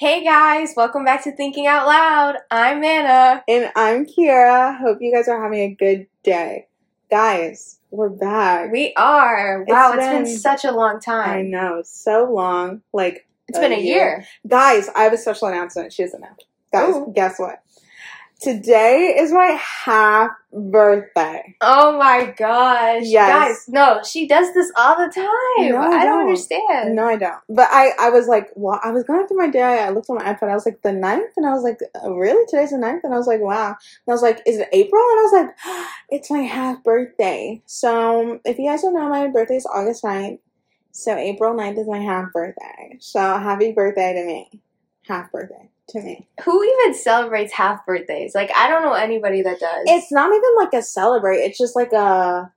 guys, welcome back to Thinking Out Loud. I'm Anna. And I'm Kiera. Hope you guys are having a good day. Guys, we're back. We are. Wow, It's it's been, been- such a long I time. know, so long. Like, It's been a year. Guys, I have a special announcement. She doesn't know. Guys, Ooh. guess what? Today is my half birthday. Oh my gosh. Yes. Guys, no, she does this all the time. No, I I don't don't. understand. No, I don't. But I, I was like, well, I was going through my day. I looked on my iPhone. I was like, the ninth, and I was like, oh, really? Today's the ninth, and I was like, wow. And I was like, is it April? And I was like, it's my half birthday. So if you guys don't know, my birthday is August 9th. So April 9th is my half birthday. So happy birthday to me. Half birthday to me. Who even celebrates half birthdays? Like, I don't know anybody that does. It's not even like a celebrate. It's just like a,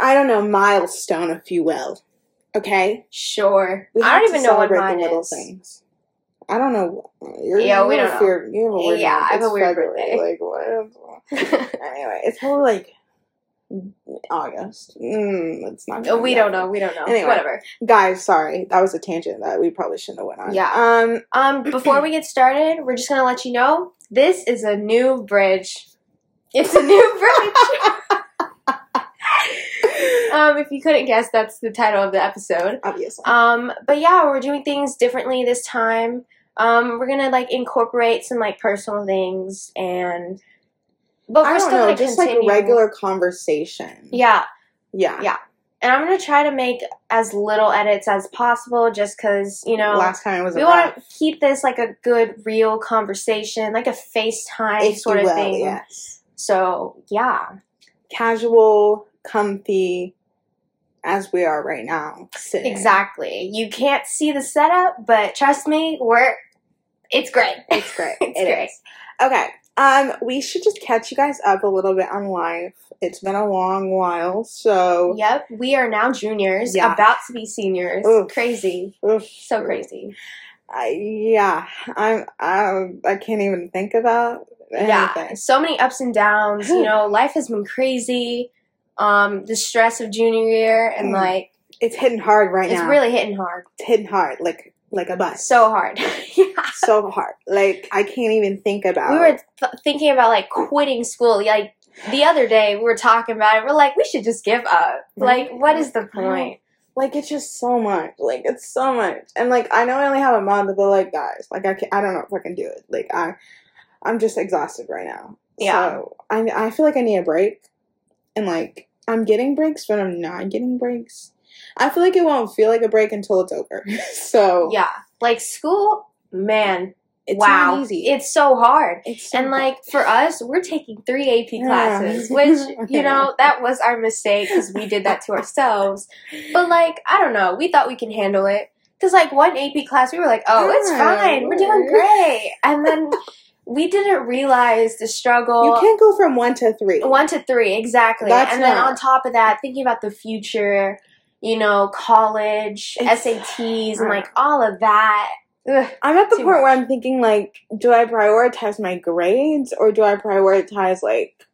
I don't know, milestone, if you will. Okay. sure. We I have don't to even know what celebrate the mine little is. things. I don't know. You're, Yeah, we you have don't know. a Weird, you have a weird Yeah, name. I have a It's weird February, birthday. Like what? Anyway, it's probably like August. Mm, it's not. gonna Oh, we be don't that. know. We don't know. Anyway. Whatever. guys. Sorry, that was a tangent that we probably shouldn't have went on. Yeah. Um. Um, before we get started, we're just gonna let you know this is a new bridge. It's a new bridge. um, if you couldn't guess, that's the title of the episode. Obviously. Um, but yeah, we're doing things differently this time. Um, we're gonna like incorporate some like personal things and, but we're I don't still know. gonna Just continue. like regular conversation. Yeah, Yeah. You and I'm gonna try to make as little edits as possible, just because you know Last time it was we a want wrap. to keep this like a good, real conversation, like a FaceTime If sort you of will, thing. Yes. So, yeah. Casual, comfy, as we are right now. Sitting. Exactly. You can't see the setup, but trust me, we're it's great. It's great. It's It great. is. Okay. Um, we should just catch you guys up a little bit on life. It's been a long while, so Yep, we are now juniors, Yeah. about to be seniors. Oof. Crazy. oof, So crazy. I, yeah, I'm, I'm I can't even think about Yeah. anything. So many ups and downs, you know, life has been crazy. Um, the stress of junior year and Mm. like It's hitting hard right it's now. really hitting hard. it's hitting hard, like like a bus. So hard. yeah. so hard. Like I can't even think about. we were th- thinking about like quitting school like the other day we were talking about it we're like we should just give up like Right. what is the I know. point like it's just so much. Like it's so much. And like I know I only have a month, but like guys, like I can I don't know if I can do it. Like I I'm just exhausted right now. Yeah. So I I feel like I need a break. And like I'm getting breaks, but I'm not getting breaks. I feel like it won't feel like a break until it's over. so yeah like school man Oh. it's wow not easy. it's so hard it's so and like for us we're taking three ap Yeah. classes which you know that was our mistake because we did that to ourselves but like i don't know we thought we can handle it because like one ap class we were like oh it's Yeah, fine we're doing whatever. great and then we didn't realize the struggle you can't go from one to three. One to three, exactly. That's and then not- on top of that, thinking about the future, you know, college, It's- SATs, and like all of that. Ugh. I'm at the Too point where I'm thinking like, do I prioritize my grades or do I prioritize like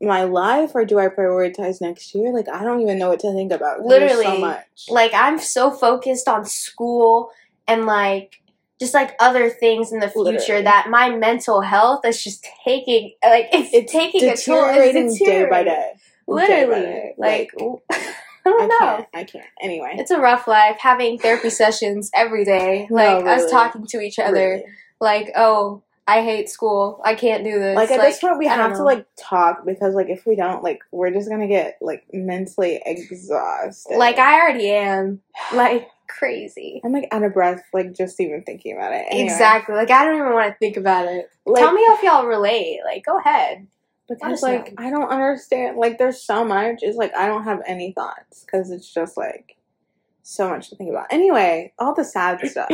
my life or do I prioritize next year? Like I don't even know what to think about. 'cause there's so Literally, much. Like, I'm so focused on school and like just like other things in the future Literally. that my mental health is just taking, like, it's, It's taking a toll. deteriorating It's day by deteriorating. day. Literally. day. Like, I I don't know. can't. I can't. Anyway, It's a rough life having therapy sessions every day, No, like us really. talking to each other. Really. like, oh, I hate school. I can't do this. Like at this point, we I don't have to know. like talk because like if we don't, like we're just gonna get like mentally exhausted. like I already am. Like crazy. I'm like out of breath, like just even thinking about it. Anyway, Exactly. Like I don't even want to think about it. like- Tell me if y'all relate. Like go ahead. because us know. like I don't understand. Like there's so much. It's like I don't have any thoughts because it's just like so much to think about. Anyway, all the sad stuff.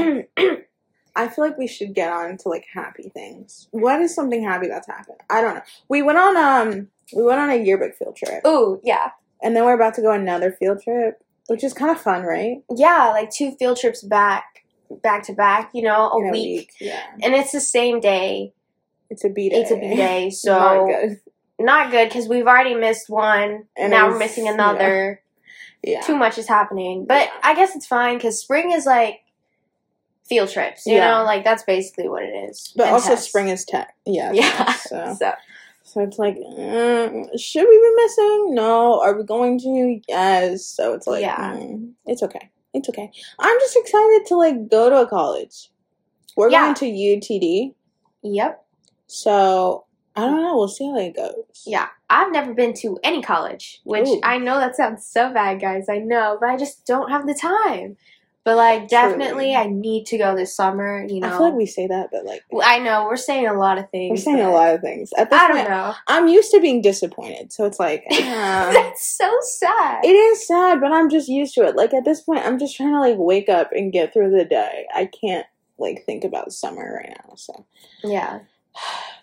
I feel like we should get on to like happy things. What is something happy that's happened? I don't know. We went on um we went on a yearbook field trip, Ooh, yeah. and then we're about to go on another field trip, which is kind of fun, right? Yeah, like two field trips back back to back, you know, a In week. Yeah, And it's the same day. it's a B day. It's a B day, It's not so good. not good because we've already missed one. And now it we're was- missing another. Yeah. too much is happening. But I guess it's fine because spring is like field trips. You Yeah. know, like that's basically what it is. But And also, tests. spring is tech. Yeah. Yeah. So, So so it's like, mm, should we be missing? No. Are we going to? Yes. So it's like, Yeah. mm, it's okay. It's okay. I'm just excited to like go to a college. We're Yeah. going to UTD, yep, so I don't know. We'll see how it goes. yeah. I've never been to any college, which Ooh. I know that sounds so bad, guys. I know, but I just don't have the time. But like, definitely, Truly. I need to go this summer. You know, I feel like we say that, but like Well, I know we're saying a lot of things. we're saying a but lot of things. At this I point, don't know. I'm used to being disappointed, so it's like ah. That's so sad. it is sad, but I'm just used to it. Like at this point, I'm just trying to like wake up and get through the day. I can't like think about summer right now. So yeah.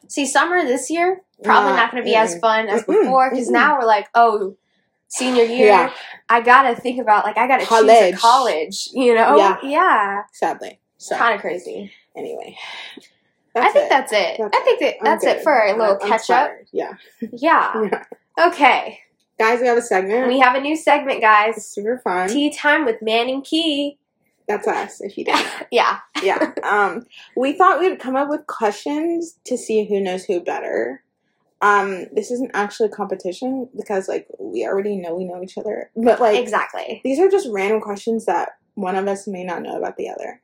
See, summer this year probably Nah, not going to be as mm-mm. fun as Mm-mm, before because mm-mm. now we're like, oh, senior year, Yeah. I gotta think about like I gotta choose College. a college. You know? Yeah. yeah. sadly, so Kind of crazy. anyway, I think it. that's it. That's I think that I'm that's it good. for a little I'm catch up. tired. Yeah, Yeah. Okay. guys, we have a segment. We have a new segment, it's guys. super fun. Tea time with Manning Key. that's us. If you didn't, know. Yeah. yeah. Um, we thought we'd come up with questions to see who knows who better. Um, this isn't actually a competition because like we already know we know each other, but like Exactly. These are just random questions that one of us may not know about the other.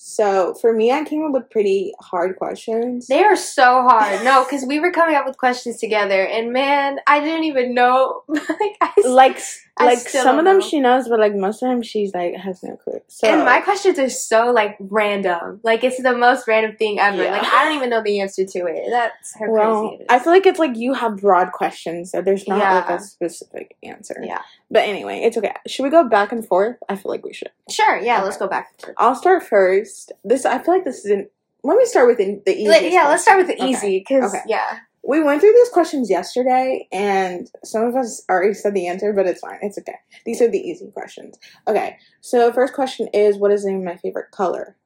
So for me, I came up with pretty hard questions. They are so hard. No, because we were coming up with questions together, and man, I didn't even know. like, I, like s- I like still some of don't them know. she knows, but like most of them she's like has no clue. So and my questions are so like random. Like, it's the most random thing ever. Yeah. Like, I don't even know the answer to it. That's how well, crazy it is. I feel like it's like you have broad questions, so there's not Yeah. like a specific answer. Yeah. But anyway, it's okay. Should we go back and forth? I feel like we should. sure. Yeah. Okay. Let's go back. To I'll start first. This I feel like this isn't. Let me start with the the easiest. Let- yeah, let's question. start with the Okay. easy because Okay. yeah, We went through these questions yesterday, and some of us already said the answer, but it's fine. It's okay. These are the easy questions. Okay, so first question is, what is the name of my favorite color?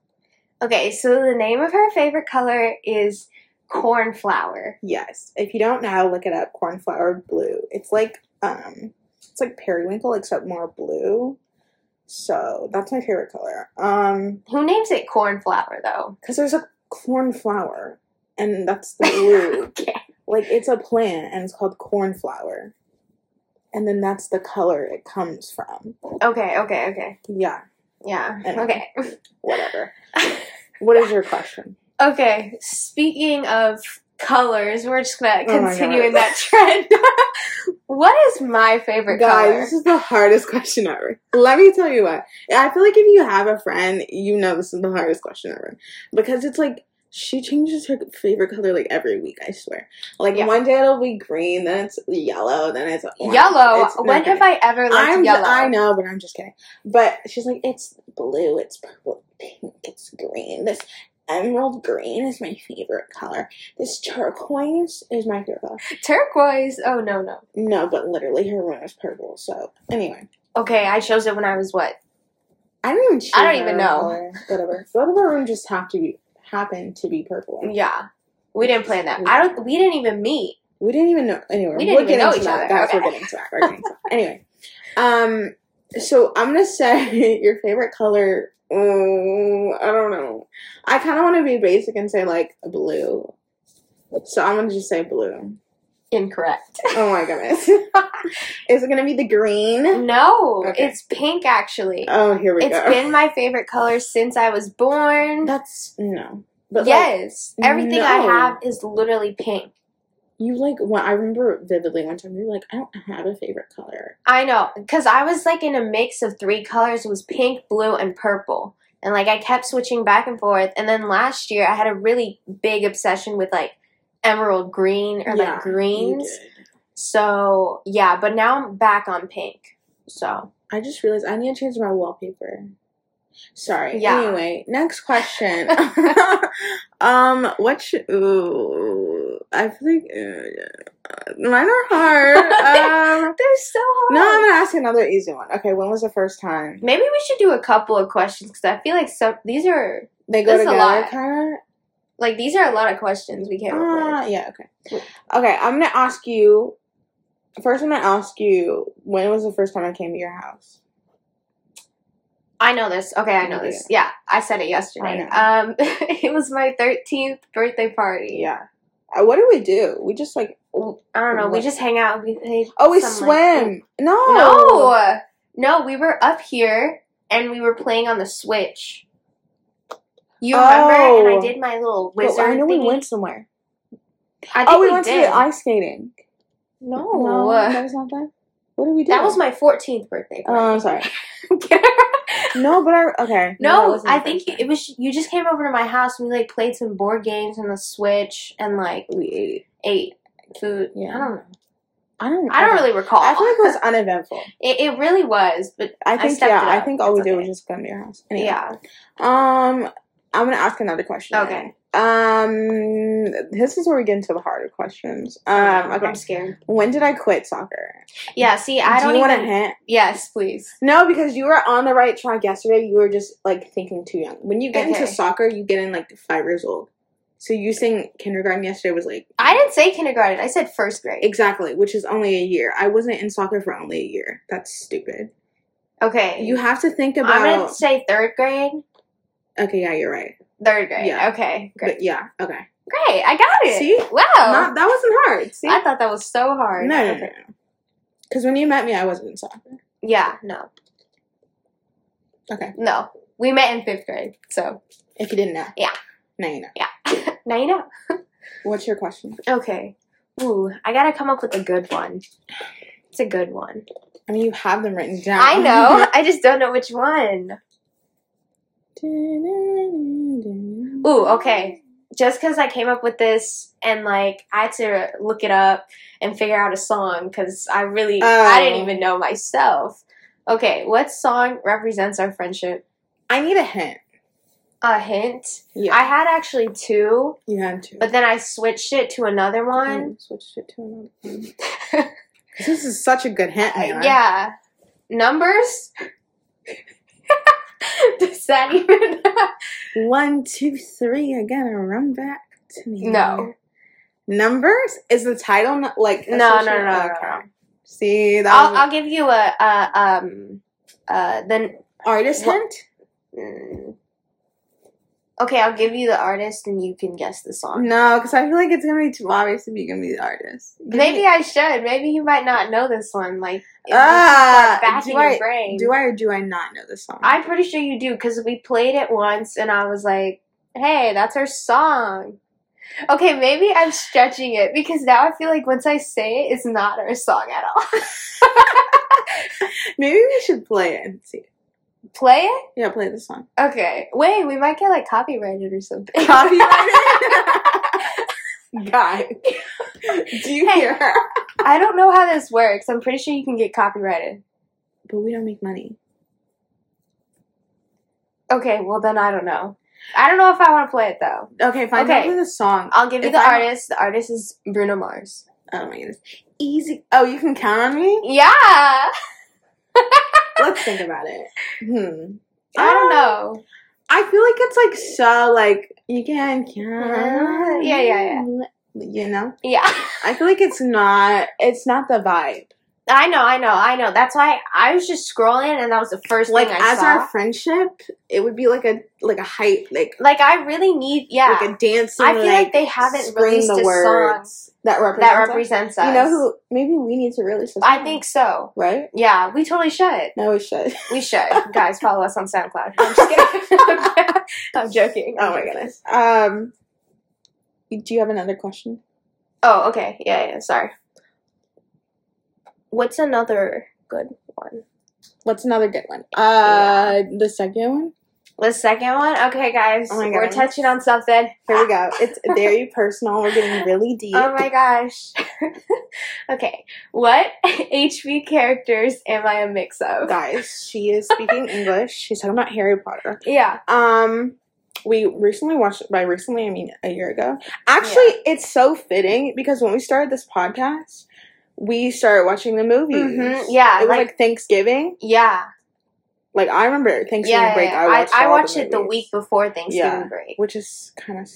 okay. So the name of her favorite color is cornflower. Yes. If you don't know, look it up. Cornflower blue. It's like um, it's like periwinkle except more blue. So that's my favorite color. Um, Who names it cornflower though? because there's a cornflower, and that's the blue. Okay. like it's a plant, and it's called cornflower. And then that's the color it comes from. Okay. Okay. Okay. Yeah. Yeah. I know. Okay. whatever. what is your question? Okay, speaking of colors, we're just gonna Oh my continue in God. that trend. what is my favorite Guys, color? this is the hardest question ever. Let me tell you what. I feel like if you have a friend, you know this is the hardest question ever. Because it's like she changes her favorite color like every week, I swear. Like Yeah. one day it'll be green, then it's yellow, then it's orange. Yellow. It's- no, when kidding. have I ever liked I'm, yellow? I know, but I'm just kidding. But she's like, it's blue, it's purple, pink, it's green. This emerald green is my favorite color. This turquoise is my favorite color. Turquoise. Oh no no. No, but literally her room is purple. So anyway, Okay, I chose it when I was what? I don't even. Choose I don't my even own know. Color, whatever. Both of our rooms just have to be happen to be purple. Yeah. We didn't plan that. I don't we didn't even meet. We didn't even know. Anyway, We didn't we're even getting know to each that. other. Guys, Okay. we're getting to that. We're getting to that. Anyway, um, so I'm gonna say your favorite color. Oh, I don't know. I kind of want to be basic and say like blue. So I'm gonna just say blue. Incorrect. Oh my goodness. is it gonna be the green? No, Okay. it's pink actually. Oh, here we It's go. been my favorite color since I was born. That's no. But like, yes. Everything I no. have is literally pink. You like when I remember vividly one time you were like, I don't have a favorite color. I know, because I was like in a mix of three colors. It was pink, blue, and purple. And like I kept switching back and forth. And then last year I had a really big obsession with like emerald green or Yeah, like You greens. did. So yeah, but now I'm back on pink. So I just realized I need to change my wallpaper. Sorry. Yeah. Anyway, next question. um, what should ooh, I feel like uh, mine are hard. um, they're so hard. no, I'm gonna ask another easy one. Okay, when was the first time Maybe we should do a couple of questions because I feel like some these are they go That's a together? lot. Kind of. like these are a lot of questions we came up Ah, yeah. Okay. Okay, I'm gonna ask you. First, I'm gonna ask you when was the first time I came to your house. with. I know this. Okay, I know Yeah. this. Yeah, I said it yesterday. Um, it was my 13th birthday party. Yeah. Uh, What do we do? We just like I don't know. We What? just hang out. and We play oh we some, like, swim. no. No, no, we were up here and we were playing on the Switch. You remember? And I Oh. did my little But wizard. I know we thingy. went somewhere. I think Oh, we, we went did. to the ice skating. no, No, that was not that. What did we do? that was my 14th birthday. Oh, I'm sorry. party. No, but I okay. that no, wasn't I the think first you, it was. You just came over to my house and we like played some board games on the Switch and like time. we ate. ate food. Yeah. I don't know. I don't. I don't really recall. I feel like it was uneventful. it, it really was, but I think stepped yeah. it I up. think all we That's did okay. was just come to your house. Anyway. yeah. Um, I'm gonna ask another question. Okay. Um, this is where we get into the harder questions. Um, okay. I'm scared. When did I quit soccer? Yeah. See, I Do don't you want even. a hint? yes, please. No, because you were on the right track yesterday. You were just like thinking too young. When you get Okay. into soccer, you get in like five years old. So you saying kindergarten yesterday was like I didn't say kindergarten. I said first grade. exactly, which is only a year. I wasn't in soccer for only a year. That's stupid. Okay. You have to think I'm gonna about. say third grade. Okay, yeah, you're right. Third grade. Yeah. Okay. Great. But yeah, okay. Great. I got it. See, Wow. Not, that wasn't hard. See, I thought that was so hard. no, no, Okay. no. Because when you met me, I wasn't in soccer. Yeah. No. Okay, No. We met in fifth grade. So if you didn't know. Yeah. Now you know. now you know. What's your question? Okay. Ooh, I gotta come up with a good one. It's a good one. I mean, you have them written down. I know. I just don't know which one. Ooh, Ooh, okay. Just because I came up with this and like I had to look it up and figure out a song because I really I didn't Oh. even know myself. Okay, what song represents our friendship? I need a hint. A hint. Yeah, I had actually two, you have to. but then I switched it to another one. Ooh, switched it to another one. 'Cause this is such a good hint, man. Uh, Yeah. Numbers? Does that even One, two, three. I gotta run back to me. No. Numbers is the title. Not, like No, no, associated- no, no, Okay. no. See that I'll, was I'll give you a, a um uh the artist What- hint. mm. okay I'll give you the artist and you can guess the song. No, because I feel like it's gonna be too obvious if you're gonna be the artist. Give Maybe me- I should. Maybe you might not know this one. Like it's Ah, just, like, back do in your I- brain. do I or do I not know this song? I'm pretty sure you do because we played it once and I was like, hey, that's our song. Okay, maybe I'm stretching it because now I feel like once I say it, it's not our song at all. Maybe we should play it and see. Play it? Yeah, play the song. Okay. Wait, we might get like copyrighted or something. Copyrighted. Guy, do you Hey. hear her? I don't know how this works. I'm pretty sure you can get copyrighted. But we don't make money. Okay, well then I don't know. I don't know if I want to play it though. Okay, fine. Okay. Don't play the song. I'll give you If the I don't- artist. The artist is Bruno Mars. Oh my goodness. Easy. Oh, you can count on me? Yeah. I Let's think about it. Hmm. don't Um, know. I feel like it's like so like you can count. on Yeah, yeah, me. You know, Yeah. I feel like it's not. It's not the vibe. I know, I know, I know. That's why I was just scrolling and that was the first Like thing I as saw. our friendship, it would be like a like a hype, like like I really need yeah. like a dancing. I feel like, they haven't haven't released a the song words that represent that represents us. You know who? Maybe we need to release. a I song, think so. right. Yeah, we totally should. No, we should. We should. Guys, follow us on SoundCloud. I'm just kidding. I'm joking. Oh my goodness. Um, do you have another question? Oh, okay. Yeah, yeah, sorry. What's another good one? What's another good one? Uh, the second one. The second one? Okay, guys. Oh my we're goodness. touching on something. Here we go. It's very personal. We're getting really deep. Oh my gosh. okay. What HB characters am I a mix of? Guys, she is speaking English. She's talking about Harry Potter. Yeah. Um, we recently watched. By recently, I mean a year ago. Actually, it's so fitting because when we started this podcast, we started watching the movies. Mhm, yeah, it was like, like- Thanksgiving. Yeah. Like I remember Thanksgiving Yeah. yeah, break. yeah. I watched. I, all watched it the movies, week before Thanksgiving Yeah. break. which is kind of.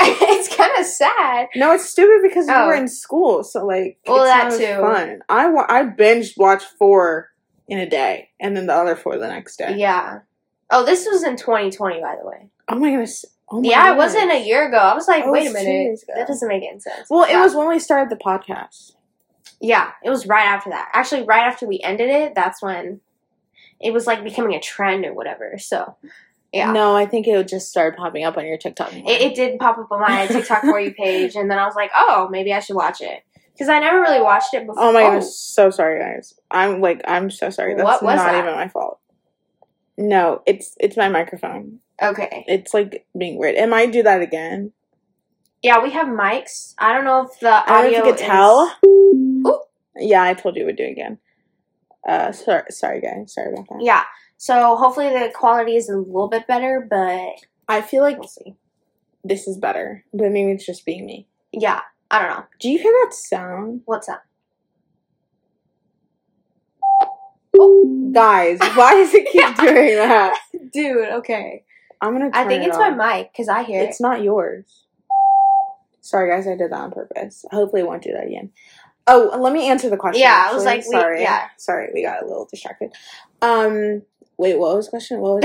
it's kind of sad. No, it's stupid because we Oh. were in school, so like Well, it's that not as too. Fun. I wa- I binged watched four in a day, and then the other four the next day. Yeah. Oh, this was in 2020, by the way. Oh my goodness. Oh my yeah, it goodness. wasn't a year ago. I was like, That wait a was two minute, years ago. that doesn't make any sense. Well, it Yeah. was when we started the podcast. Yeah, it was right after that. Actually, right after we ended it, that's when it was like becoming a trend or whatever. So, yeah. No, I think it just started popping up on your TikTok. It, it did pop up on my TikTok for you page, and then I was like, oh, maybe I should watch it. Because I never really watched it before. oh my gosh, so sorry guys. I'm like I'm so sorry. That's What was not that? even my fault. No, it's it's my microphone. Okay. It's like being weird. It might do that again. Yeah, we have mics. I don't know if the I don't audio know if you is- could tell. Yeah, I told you it would do it again. Uh, sorry, sorry, guys. Sorry about that. Yeah. So hopefully the quality is a little bit better, but I feel like we'll see. this is better, but maybe it's just being me. Yeah. I don't know. Do you hear that sound? What's up? Oh. Guys, why does it keep doing that? Dude, okay. I'm gonna. Turn I think it it's off. my mic because I hear It's it. not yours. Sorry, guys, I did that on purpose. Hopefully, it won't do that again. Oh, let me answer the question. Yeah, I was actually. like, we- sorry, yeah. sorry, we got a little distracted. Um, wait, what was the question? What was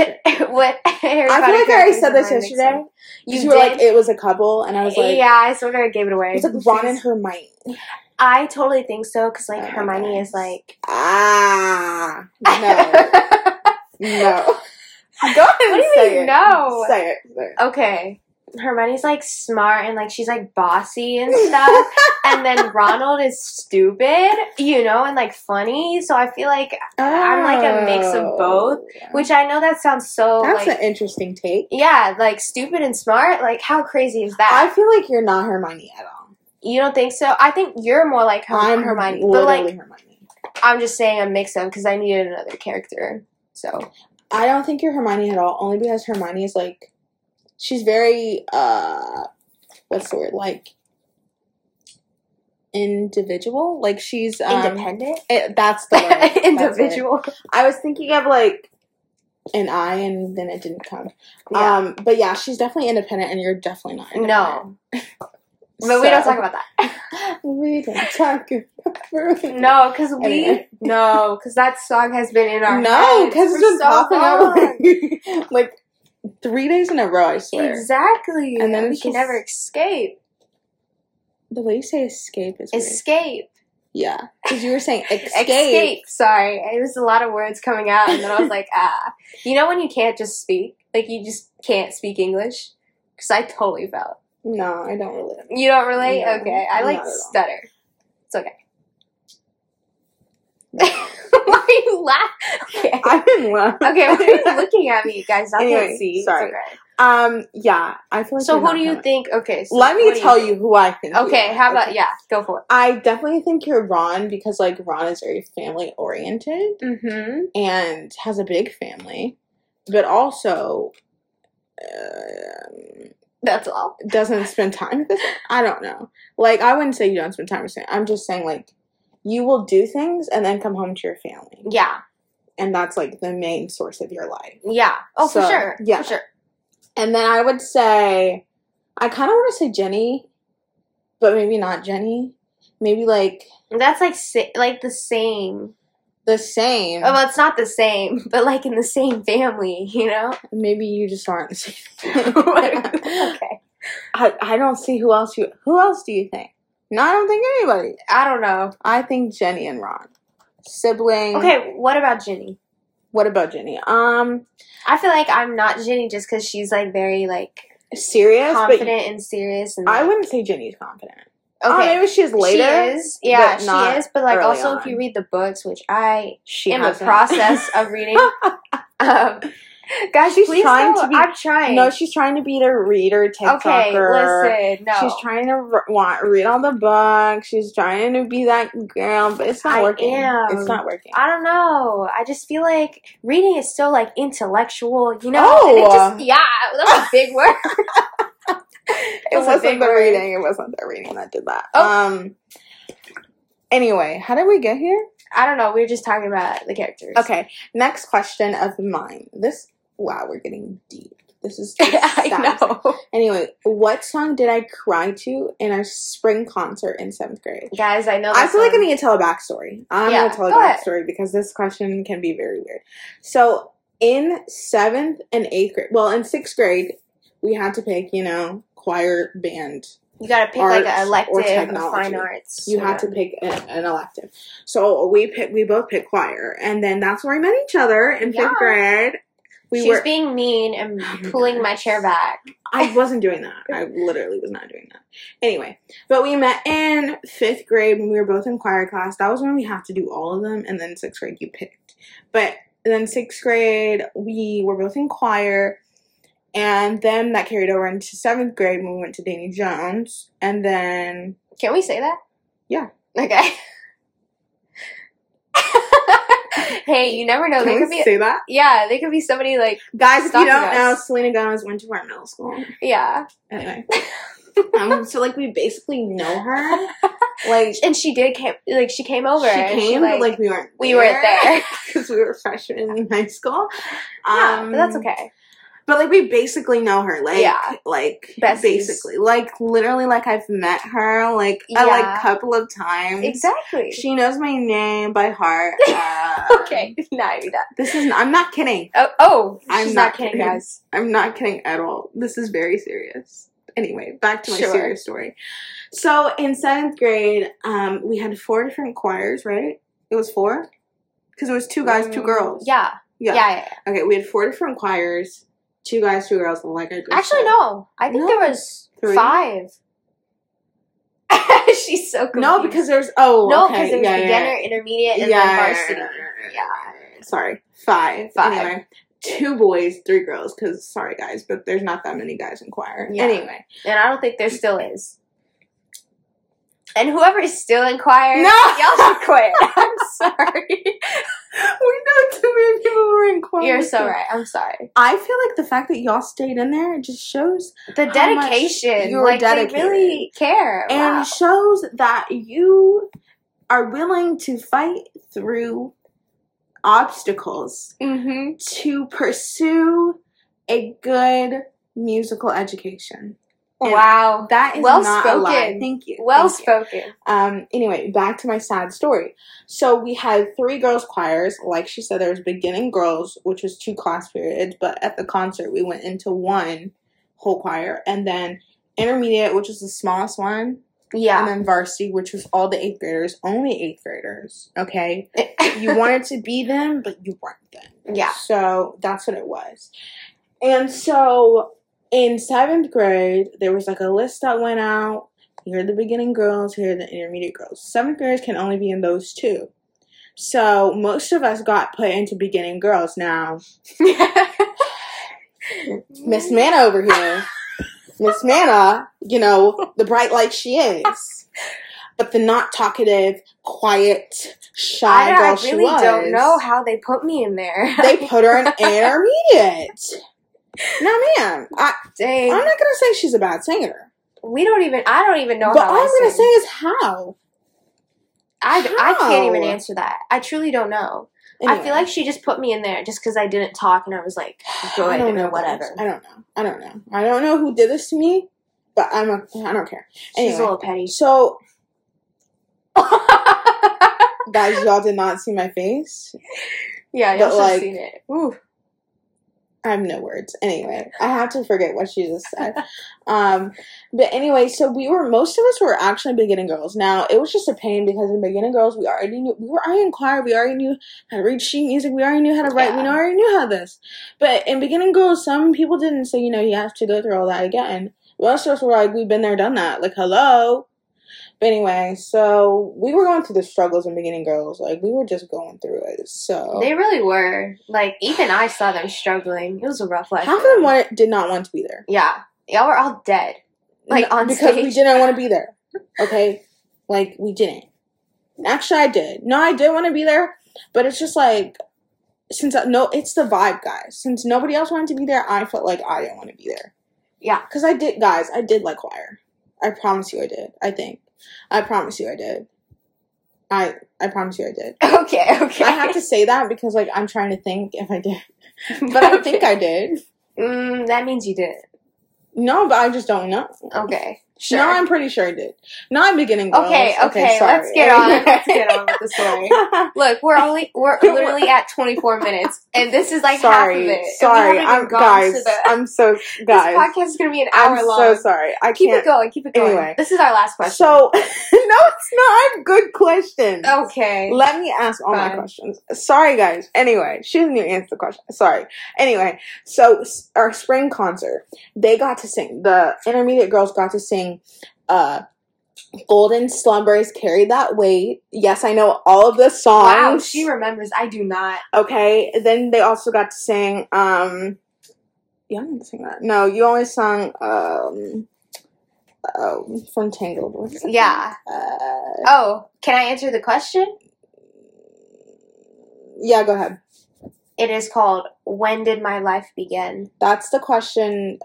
it? what? I feel like I already said this yesterday. You you did? were like, it was a couple, and I was like, yeah, I sort of gave it away. It's like Ron and Hermione. I totally think so because like Oh my Hermione gosh. is like Ah, no, no. Go ahead and do you say mean it. no? Say it. Say it. okay. Hermione's like smart and like she's like bossy and stuff, and then Ronald is stupid, you know, and like funny. So I feel like, I'm like a mix of both, which I know that sounds so Oh. That's like an interesting take. yeah, like stupid and smart. Like how crazy is I that? feel like you're not Hermione at all. you don't think so? I think you're more like Her- I'm Hermione, literally but like Hermione. I'm just saying a mix of because I needed another character. So I don't think you're Hermione at all, only because Hermione is like, she's very uh, what's the word like, individual. Like she's um, independent, it- that's the word. That's it. individual. I was thinking of like an I, and then it didn't come. Yeah. Um, but yeah, she's definitely independent, and you're definitely not. no, but we don't talk about that. about. We don't talk. About No, because we Anyway. no, because that song has been in our no, heads because for it's been so popping long. up like, like three days in a row. I swear. Exactly, And then we it's can just- never escape. The way you say escape is weird. Escape. yeah, because you were saying escape. escape, Sorry, it was a lot of words coming out, and then I was like, ah, you know when you can't just speak, like you just can't speak English, because I totally felt. No, I don't really. You don't relate? No, okay. I like not at all. stutter. It's okay. why are you laughing? Okay. I didn't laugh. okay, why are you looking at me, guys? I Anyway, can't see. It's sorry. okay. Um, yeah, I feel like. So you're who not do you Hermione. think? Okay, so Let what me do tell you who I think. you Okay, are, how about okay? yeah? Go for I definitely think you're Ron because like Ron is very family oriented it. Mm-hmm. and has a big family, but also um That's all. doesn't spend time with. His, I don't know. Like I wouldn't say you don't spend time with. his family. I'm just saying like you will do things and then come home to your family, Yeah, and that's like the main source of your life. yeah. Oh, for So, sure. yeah. for sure. And then I would say, I kind of want to say Jenny, but maybe not Jenny. Maybe like That's like si- like the same. the same. Oh, well, it's not the same, but like in the same family, you know. Maybe you just aren't the same. okay. I, I don't see who else you who else do you think? No, I don't think anybody. I don't know. I think Jenny and Ron. Sibling. Okay, what about Jenny? What about Jenny? Um I feel like I'm not Jenny just because she's like very like serious? confident and serious and But I like, wouldn't say Jenny's confident. Oh, okay. maybe she is later. she is, yeah, but not she is. But like, early also, if on. you read the books, which I She am in the hasn't. process of reading, um, guys, She's please trying don't- to be- I'm trying. No, she's trying to be a reader, okay, TikToker. listen, no, She's trying to re- want read all the books. She's trying to be that girl, but it's not I working. am. It's not working. I don't know. I just feel like reading is so like intellectual, you know? Oh. And it just, yeah, that's a big word. it was a big wasn't the word. reading. It wasn't the reading that did that. Oh. Um. Anyway, how did we get here? I don't know. We were just talking about the characters. Okay, next question of mine. This wow, we're getting deep. this is I sad. know. Anyway, what song did I cry to in our spring concert in seventh grade? Guys, I know. I that feel like I song. need to tell a backstory. I'm Yeah, gonna tell a go ahead. backstory because this question can be very weird. So in seventh and eighth grade, well, in sixth grade, we had to pick, you know, choir, band, you gotta pick like arts or an elective or technology. fine arts. you had to pick a, an elective. So we pick, we both picked choir, and then that's where we met each other in Yeah. fifth grade. We She was were. being mean and Oh my pulling my gosh. chair back. I wasn't doing that. I literally was not doing that. Anyway, but we met in fifth grade when we were both in choir class. That was when we had to do all of them, and then sixth grade you picked. But then sixth grade we were both in choir, and then that carried over into seventh grade when we went to Danny Jones, and then Can we say that? Yeah. Okay. hey, you never know. can There we Oh, could be say that? yeah, there could be somebody like Guys, if you Stopping don't us. know, Selena Gomez went to our middle school. yeah, Anyway. um, so like we basically know her. Like and she did came like she came over. she and came, but like we weren't we weren't there. because we were freshmen in high school. yeah, um, but that's okay. But like we basically know her. Like Yeah. like Besties. basically. Like literally like I've met her like a Yeah. like couple of times. Exactly. She knows my name by heart. Uh, okay, now you're done. This is I'm not kidding. Oh, oh I'm she's not, not kidding, kidding. guys. I'm not kidding at all. This is very serious. Anyway, back to my Sure. serious story. So in seventh grade, um, we had four different choirs, right? It was four? Because it was two guys, two Mm, girls. Yeah, yeah. yeah, yeah. Okay, we had four different choirs, two guys, two girls, like I just Actually, said. no. I think No. there was Three? five. she's so confused. No, because there's oh no, okay, because there's yeah, yeah, beginner, yeah. intermediate, and Yeah, then yeah, varsity. yeah, yeah, Yeah. Sorry, five. Five. Anyway, two boys, three girls. Because sorry guys, but there's not that many guys in choir. Yeah. Anyway, and I don't think there still is. And whoever is still in choir, No! y'all should quit. I'm sorry. we know too many people who are in choir. You're so right. I'm sorry. I feel like the fact that y'all stayed in there it just shows The much dedication, you were like dedicated. they really care. and Wow. shows that you are willing to fight through obstacles Mhm. to pursue a good musical education. And Wow. That is Well not a lie. spoken. Thank you. Well Thank you. spoken. Um, anyway, back to my sad story. So we had three girls' choirs. Like she said, there was beginning girls, which was two class periods, but at the concert we went into one whole choir, and then intermediate, which was the smallest one, and Yeah. then varsity, which was all the eighth graders, only eighth graders. Okay, you wanted to be them, but you weren't them. yeah. So that's what it was. And so in seventh grade, there was like a list that went out. Here are the beginning girls, here are the intermediate girls. Seventh graders can only be in those two. So most of us got put into beginning girls. Now, Miss Manna over here, Miss Manna, you know, the bright light she is. But the not talkative, quiet, shy I, don't- I girl she really don't was know how they put me in there. they put her in intermediate. No, ma'am. I, I'm Dang. not gonna say she's a bad singer, we don't even. I don't even know but how. all I'm sing. gonna say is how. I, I can't even How? answer that. I truly don't know. I Anyway, feel like she just put me in there just because I didn't talk and I was like, I good don't or know, whatever. whatever. I don't know. I don't know. I don't know who did this to me, but I'm. A, I don't care. She's a Anyway, little petty. so yeah, guys, y'all did not see my face. y'all But, should like- have seen it. Ooh. I have no words. Anyway, I have to forget what she just said. Um, but anyway, so we were most of us were actually beginning girls. Now it was just a pain because in beginning girls we already knew we were already in choir, we already knew how to read sheet music, we already knew how to write, we Yeah. already knew how this. But in beginning girls, some people didn't, so you know you have to go through all that again. Most of us were like, we've been there, done that. Like, hello. But anyway, so we were going through the struggles in beginning girls. Like we were just going through it. So They really were. Like, even I saw them struggling. It was a rough life. half of for them wanted, did not want to be there. Yeah. Y'all were all dead. Like, on because we stage? didn't want to be there. Okay, like we didn't. Actually, I did. No, I did want to be there, but it's just like since I, no, it's the vibe, guys. Since nobody else wanted to be there, I felt like I didn't want to be there. Yeah. because I did, guys. I did like choir. I promise you, I did. I think. I promise you, I did. I I promise you, I did. Okay, okay. I have to say that because like I'm trying to think if I did, but I think I did. Mm, that means you did. No, but I just don't know. Okay. Sure. No, I'm pretty sure it did. No, I'm beginning. Girls. Okay, okay, let's get on. Let's get on with the story. Look, we're only we're literally at 24 minutes, and this is like sorry, half of it. sorry, I'm I'm guys. I'm so this guys. podcast is gonna be an hour I'm long. so sorry. I keep can't. it going. Keep it going. Anyway. this is our last question. So no, it's not. Good question. okay, Let me ask all my Fine. questions. Sorry, guys. Anyway, she didn't even answer the question. Sorry. Anyway, so s- our spring concert, they got to sing. The intermediate girls got to sing. uh Golden slumbers carry that weight. Yes, I know all of the songs. wow, she remembers. I do not. Okay. Then they also got to sing. Um, yeah, I didn't sing that. No, you only sung um, oh, from Tangled. What's that? Yeah. Uh, Oh, can I answer the question? yeah. Go ahead. It is called "When Did My Life Begin." That's the question.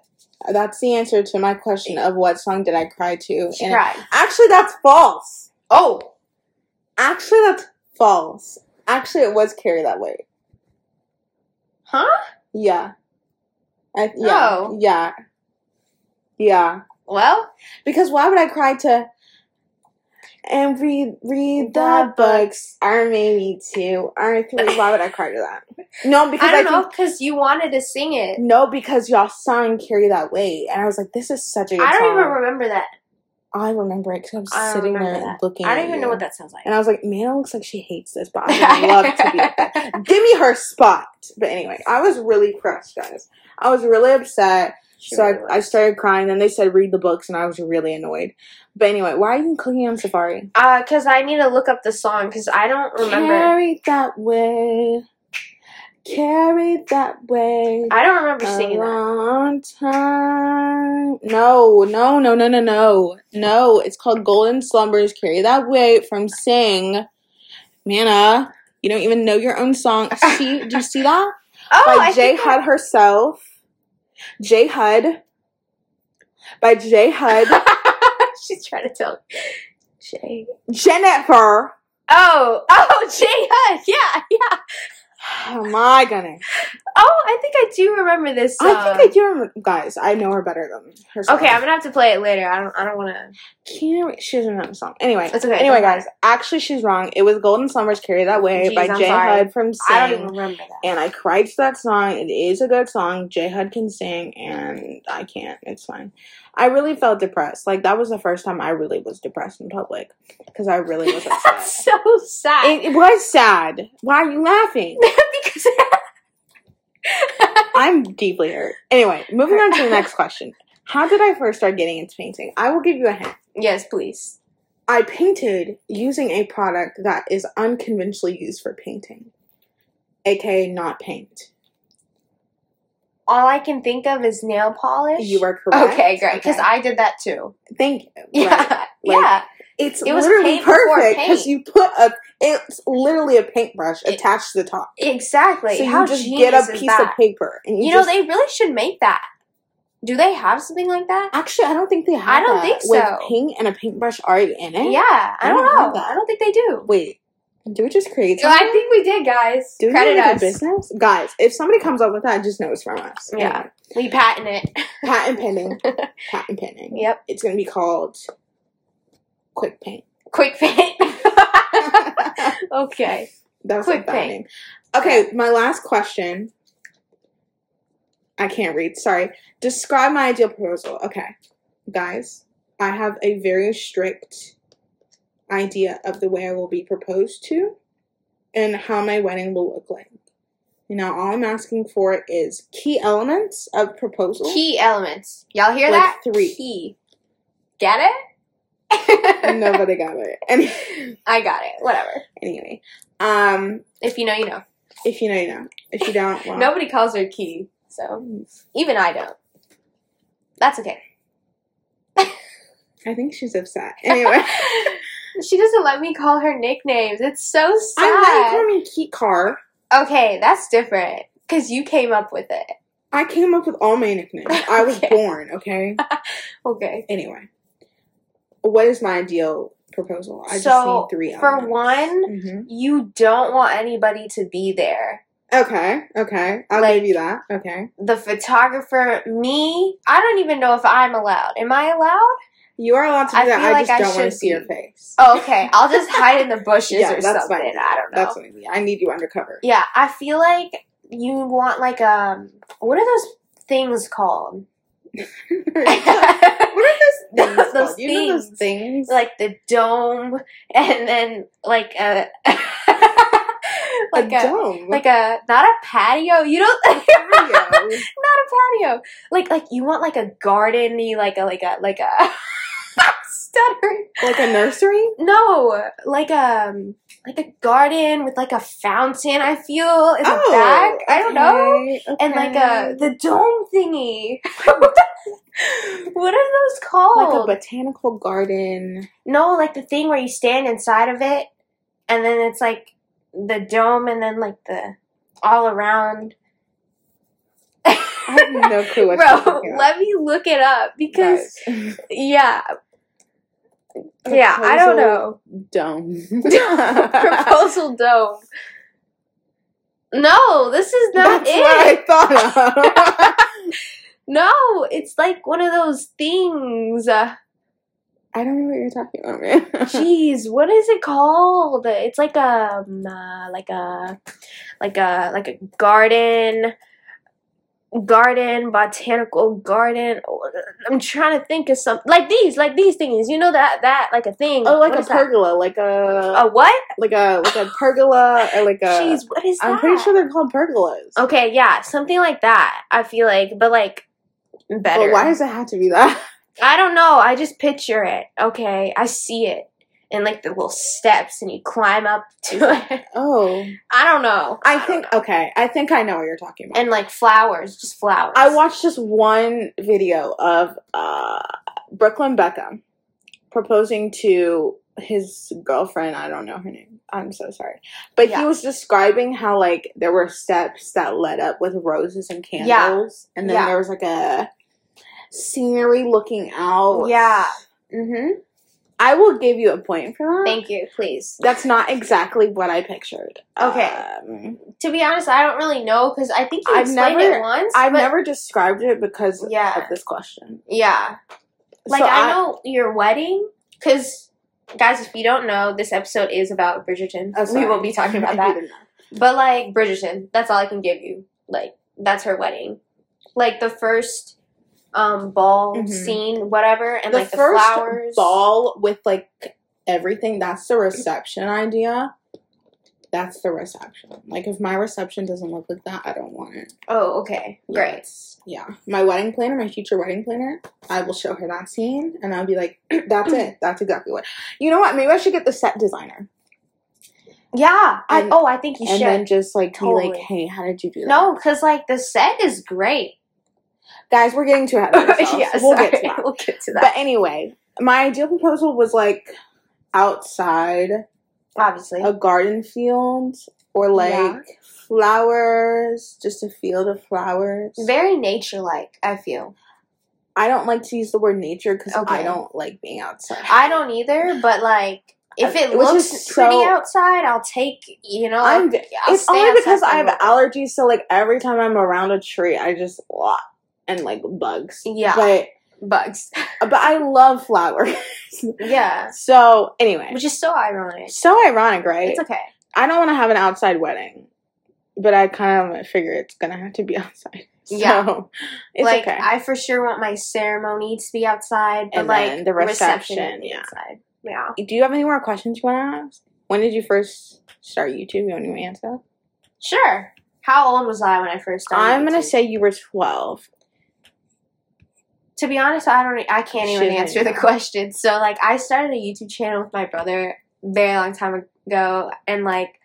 That's the answer to my question of what song did I cry to? She And cried. actually, that's false. Oh, Actually, that's false. Actually, it was carry that weight. huh? Yeah. I, yeah. Oh. Yeah. Yeah. Well, Because why would I cry to and read read the The books? Or maybe two or three. Why would I cry to that? No, because I I, don't know because you wanted to sing it. think no, because y'all sung "Carry That Weight," and I was like, "This is such a good I don't song." even remember that. I remember it because I I was don't sitting there remember and that. looking. I at don't even know you. what that sounds like. And I was like, "Man, it looks like she hates this, but I would love to be." at that." Give me her spot. But anyway, I was really crushed, guys. I was really upset. She so really I, I was. started crying. Then they said read the books, and I was really annoyed. But anyway, why are you clicking on Safari? Uh, cause I need to look up the song because I don't remember. Carry that way. Carry that way. I don't remember A singing that. long time. No, no, no, no, no, no. No, it's called Golden Slumbers. Carry that way from Sing. Mana, you don't even know your own song. See, do you see that? Oh, by I J think I- HUD herself. J HUD. By J HUD. She's trying to tell. Jay. Jennifer. Oh, oh, Jay Hud. Yeah, yeah. Oh my goodness. Oh, I think I do remember this song. I think I do remember. Guys, I know her better than herself. Okay, I'm gonna have to play it later. I don't. I don't want to. Can't, she doesn't know the song. Anyway. It's okay. Anyway, don't worry. guys, actually, she's wrong. It was Golden Slumbers Carry That Way Jeez, by I'm J sorry. HUD from Sing. I don't even remember that. and I cried to that song. It is a good song. J HUD can sing, and I can't. It's fine. I really felt depressed. Like, that was the first time I really was depressed in public because I really was upset. That's so sad. it, it was sad. Why are you laughing? because I'm deeply hurt. Anyway, moving on to the next question. How did I first start getting into painting? I will give you a hint. yes, please. I painted using a product that is unconventionally used for painting, aka not paint. All I can think of is nail polish. You are correct. Okay, great. Because Okay. I did that too. Thank you. Yeah, Right. yeah. It's It was literally paint before perfect because paint. you put a. It's literally a paintbrush It- attached to the top. Exactly. so How you just genius get a is piece that? of paper and you, You just- know, they really should make that. Do they have something like that? Actually, I don't think they have. I don't that. think With so. paint and a paintbrush already in it. Yeah, I I don't don't know. have that. I don't think they do. Wait, do we just create? So Something? I think we did, guys. Do we Credit have a us. business, guys? If somebody comes up with that, just know it's from us. Yeah. We Anyway, patent it. patent pending. patent pending. Yep. It's gonna be called Quick Paint. Quick paint. that okay. was Quick a bad Paint. name. Okay, my last question. I can't read. Sorry. Describe my ideal proposal. Okay, guys, I have a very strict idea of the way I will be proposed to, and how my wedding will look like. Now, all I'm asking for is key elements of proposal. Key elements. Y'all hear Like that? three. Key. Get it? Nobody got it. Any- I got it. Whatever. anyway, um, If you know, you know. if you know, you know. If you don't, well, Nobody calls her Key, so even I don't. That's okay. I think she's upset. Anyway, she doesn't let me call her nicknames. It's so I let you sad. call me Key Car. Okay, that's different because you came up with it. I came up with all my nicknames. I was Okay. born, okay? Okay. Anyway, what is my ideal proposal? I just So, need three For elements. one, Mhm. you don't want anybody to be there. Okay, okay. I'll Like- give you that. Okay. The photographer, me, I don't even know if I'm allowed. Am I allowed? You are allowed to do I that. feel I like just I don't want should to see your be. face. Oh, okay, I'll just hide in the bushes Yeah, or that's something. fine. I don't know. That's what I mean. I need you undercover. yeah, I feel like you want like um, what are those things called? what are those things? Those called? You know those things? like the dome, and then like a like a, dome. like a not a patio. You don't. patio. not a patio. Like like you want like a gardeny, like a like a like a stuttering. like a nursery? No, like um like a garden with like a fountain. I feel in the Oh, back. I don't know. okay, And like a okay. the dome thingy. what are those called? like a botanical garden. no, like the thing where you stand inside of it, and then it's like the dome, and then like the all around. I have no clue what you're Bro, talking about. let me look it up because Guys, Yeah. Yeah, I don't know. dome. Proposal dome. No, this is not That's it. what I thought of. No, it's like one of those things. Uh, I don't know what you're talking about, man. Jeez, what is it called? It's like a um, uh, like a like a like a garden garden botanical garden i'm trying to think of something like these like these thingies you know that that like a thing oh, like What a is that? Oh. pergola, like a a what like a like a pergola, or like a. jeez what is I'm that pretty sure they're called pergolas. Okay, yeah, something like that. I feel like, but like better. But why does it have to be that? I don't know. I just picture it. Okay, I see it, and like the little steps, and you climb up to it. Oh, I don't know. I don't think know. okay. I think I know what you're talking about. and like flowers, just flowers. I watched just one video of uh, Brooklyn Beckham proposing to his girlfriend. I don't know her name. I'm so sorry. But he Yeah. was describing how like there were steps that led up with roses and candles, and then Yeah. there was like a scenery looking out. Yeah. Oh, Mm-hmm. I will give you a point for that. Thank you. Please. That's not exactly what I pictured. Okay. Um, To be honest, I don't really know because I think you I've explained never- it once. I've but- never described it because Yeah. of this question. Yeah. Like So I, know your wedding because. Guys, if you don't know, this episode is about Bridgerton. Oh, we sorry. will be talking I about that. didn't know. But like Bridgerton, that's all I can give you. Like that's her wedding. Like the first um ball Mhm. scene, whatever, and the like the first flowers. ball with like everything that's the reception idea that's the reception like if my reception doesn't look like that i don't want it Oh, okay. Great. Yes. yeah my wedding planner my future wedding planner i will show her that scene and i'll be like that's it that's exactly what you know what maybe i should get the set designer Yeah. I, And- oh, I think you and should. then just like be like Totally. hey how did you do that no, because like the set is great. guys we're getting too ahead of ourselves yeah, we'll sorry. get to that We'll get to that. but anyway my ideal proposal was like outside Obviously. a garden field or like Yeah. flowers, just a field of flowers. Very nature like, I feel. I don't like to use the word nature because I Okay. don't like being outside. I don't either, but like if it It was looks just pretty so- outside, I'll take you know I'm, I'll, I'll it's stay only outside because for a I have little bit. allergies, so like every time I'm around a tree, I just blah, and like bugs. Yeah. but bugs. but I love flowers. yeah. so anyway, Which is so ironic. so ironic, right? It's okay. I don't want to have an outside wedding, but I kind of figure it's gonna have to be outside. So, Yeah. it's like okay. I for sure want my ceremony to be outside, but And like then the reception, to be yeah. outside. Yeah. do you have any more questions you want to ask? When did you first start YouTube? You want to answer? Sure. How old was I when I first started? I'm gonna YouTube? say you were 12. to be honest, I don't. e, I can't even Shouldn't. answer the question. So like, I started a YouTube channel with my brother very long time ago, and like,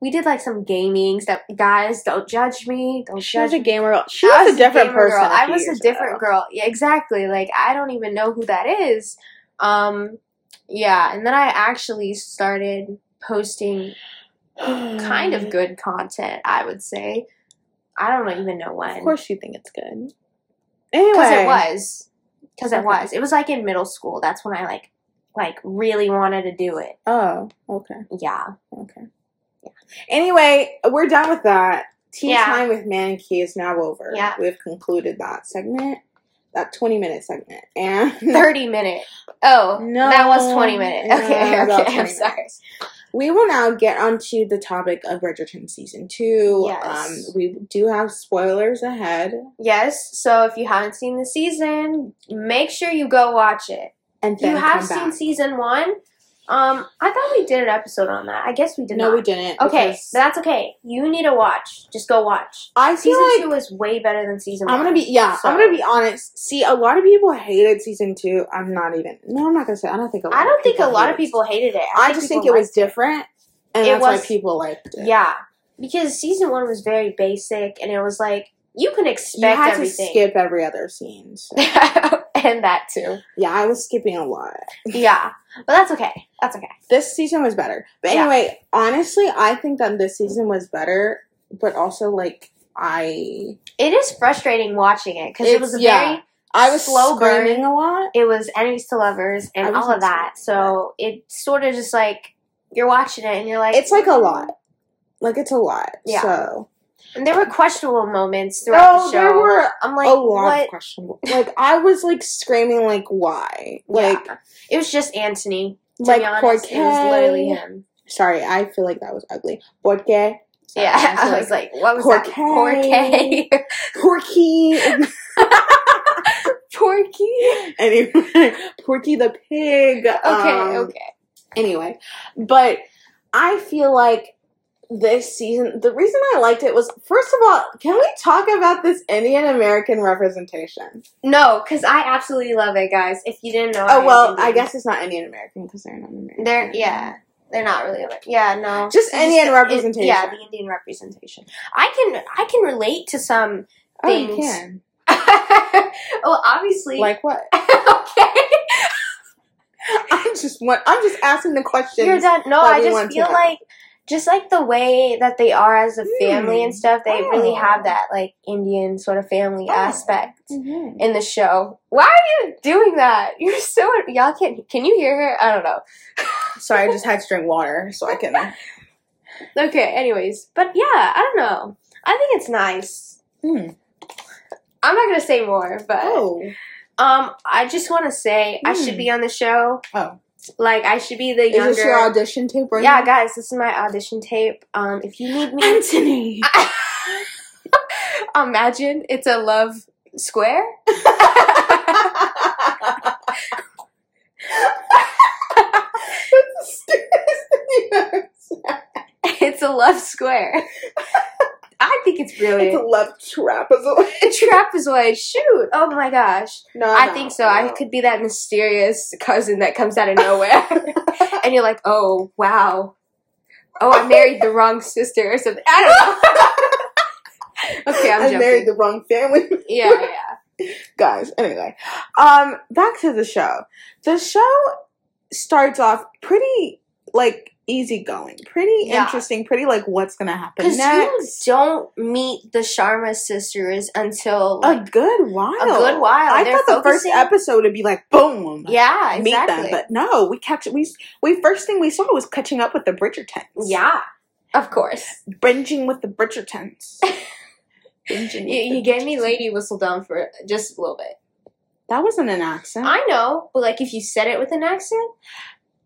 we did like some gaming stuff. Guys, don't judge me. Don't Oh, She judge was a me. gamer. girl. She I was a different gamer person. Girl. a I few was a years different ago. girl. Yeah, exactly. Like I don't even know who that is. Um, yeah, and then I actually started posting kind Mm. of good content. I would say. I don't even know when. Of course, you think it's good. Anyway, because it was. Because it Okay. was. It was like in middle school. That's when I like, like really wanted to do it. Oh, okay, Yeah. okay. Anyway, we're done with that. Tea Yeah. time with Mankey is now over. Yeah. We've concluded that segment, that 20 minute segment. And 30 minute. Oh, No. that was 20 minute. No, Okay, about okay, 20 I'm sorry. we will now get onto the topic of Bridgerton season two. Yes. Um, we do have spoilers ahead. Yes, so if you haven't seen the season, make sure you go watch it. And If you then have come seen back. season one, um, I thought we did an episode on that. I guess we did no, not. we didn't. Okay, because but that's okay. You need to watch. Just go watch. I feel Season like two is way better than season I'm one. gonna be yeah. So- I'm gonna be honest. See, a lot of people hated season two. I'm not even. No, I'm not gonna say. I don't think. A lot I don't of think a people lot of hated it. people hated it. I, just think it people was different, and It that's was- why people liked it. Yeah, because season one was very basic, and it was like you can you expect had to everything, skip every other scene. so- and that too. yeah, I was skipping a lot. Yeah, but that's okay. That's okay. This season was better, but Yeah. anyway, honestly, I think that this season was better. But also, like I, It is frustrating watching it because it was a It's- yeah. very I was Slow slow burn. screaming a lot. it was enemies to lovers I and all wasn't of that. So it sort of just like you're watching it and you're like It's like a lot. Like it's a lot. Yeah. So And there were questionable moments throughout the show. there were I'm like, a lot what? of questionable. Like I was like screaming, like why? Like Yeah. it was just Anthony. To like be honest, Porque. it was literally him. Sorry, I feel like that was ugly. Porque. Sorry, yeah, I was like, what was that? Porque. Porque. Porky. Porky. anyway, Porky the pig. Um, Okay. Okay, okay. Anyway, but I feel like this season the reason I liked it was first of all, can we talk about this Indian American representation? No, because I absolutely love it, guys. If you didn't know, Oh was well, Indian. I guess it's not Indian American because they're not American. they're yeah, they're not really. Like, yeah, no, Just Indian the- it- representation. yeah, the Indian representation. I can I can relate to some. Oh, you things. can. well, obviously, Like what? okay. I'm just one. I'm just asking the question. You're done. No, that I we just want to feel know. like just like the way that they are as a family Hmm. and stuff, they really Oh. have that like Indian sort of family Oh. aspect in the show. Why are you doing that? You're so y'all can't. Can you hear her? I don't know. Sorry, I just had to drink water so I can. Okay. Anyways, but yeah, I don't know. I think it's nice. Hmm. I'm not gonna say more, but Oh, um, I just want to say I should Hmm. be on the show. oh. Like I should be the Is younger. this your audition tape? Right yeah, guys, this is my audition tape. Um, if you need me, Anthony. Imagine it's a love square. That's the stupidest thing you've ever said. It's a love square. I think it's It's a brilliant. love trapezoid. It's a trapezoid. Shoot. Oh my gosh. No, I no, think so. I no. could be that mysterious cousin that comes out of nowhere. and you're like, oh, wow. Oh, I married the wrong sister or something. I don't know. okay, I'm I joking. married the wrong family. yeah, yeah. guys anyway um back to the show the show starts off pretty like easygoing pretty Yeah. interesting pretty like what's gonna happen Because you next don't meet the Sharma sisters until like, a good while a good while. i They're thought the first focusing- episode would be like boom Yeah, exactly. meet them but no we catch we we first thing we saw was catching up with the bridgertons Yeah, of course. binging with the bridgertons binging with You, the you gave me Bridgertons. Lady Whistledown for just a little bit. that wasn't an accent I know, but like if you said it with an accent,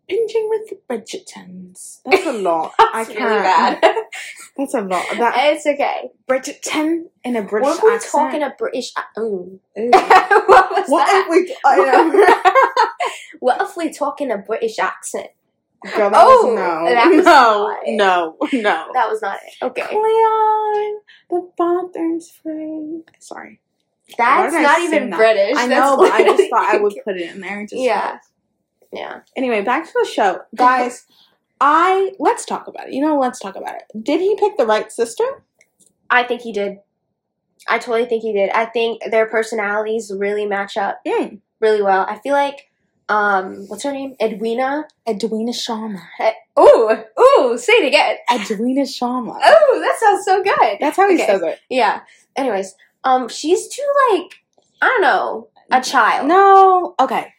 binging with the bridgertons that's a lot i it's can't really bad. That's a lot. That it's okay. Bridgerton in a British what were we accent. talking a British? a- Ooh. Ooh. what was what that? if we? I know. What if we talking a British accent? Girl, that was Oh, no, that was not it. no, no, no. That was not it. Okay, Cleon, the bathroom's free. Sorry, that's did I not sing even that? British. I That's know, but I literally- just thought I would put it in there. Just Yeah, yeah. Anyway, back to the show, guys. I let's talk about it. You know, let's talk about it. Did he pick the right sister? I think he did. I totally think he did. I think their personalities really match up Mm. really well. I feel like, um, what's her name? Edwina. Edwina Sharma. Ooh, ooh, say it again. Edwina Sharma. Oh, that sounds so good. That's how he okay. says it. Yeah. Anyways, um, she's too like I don't know a child. No. Okay.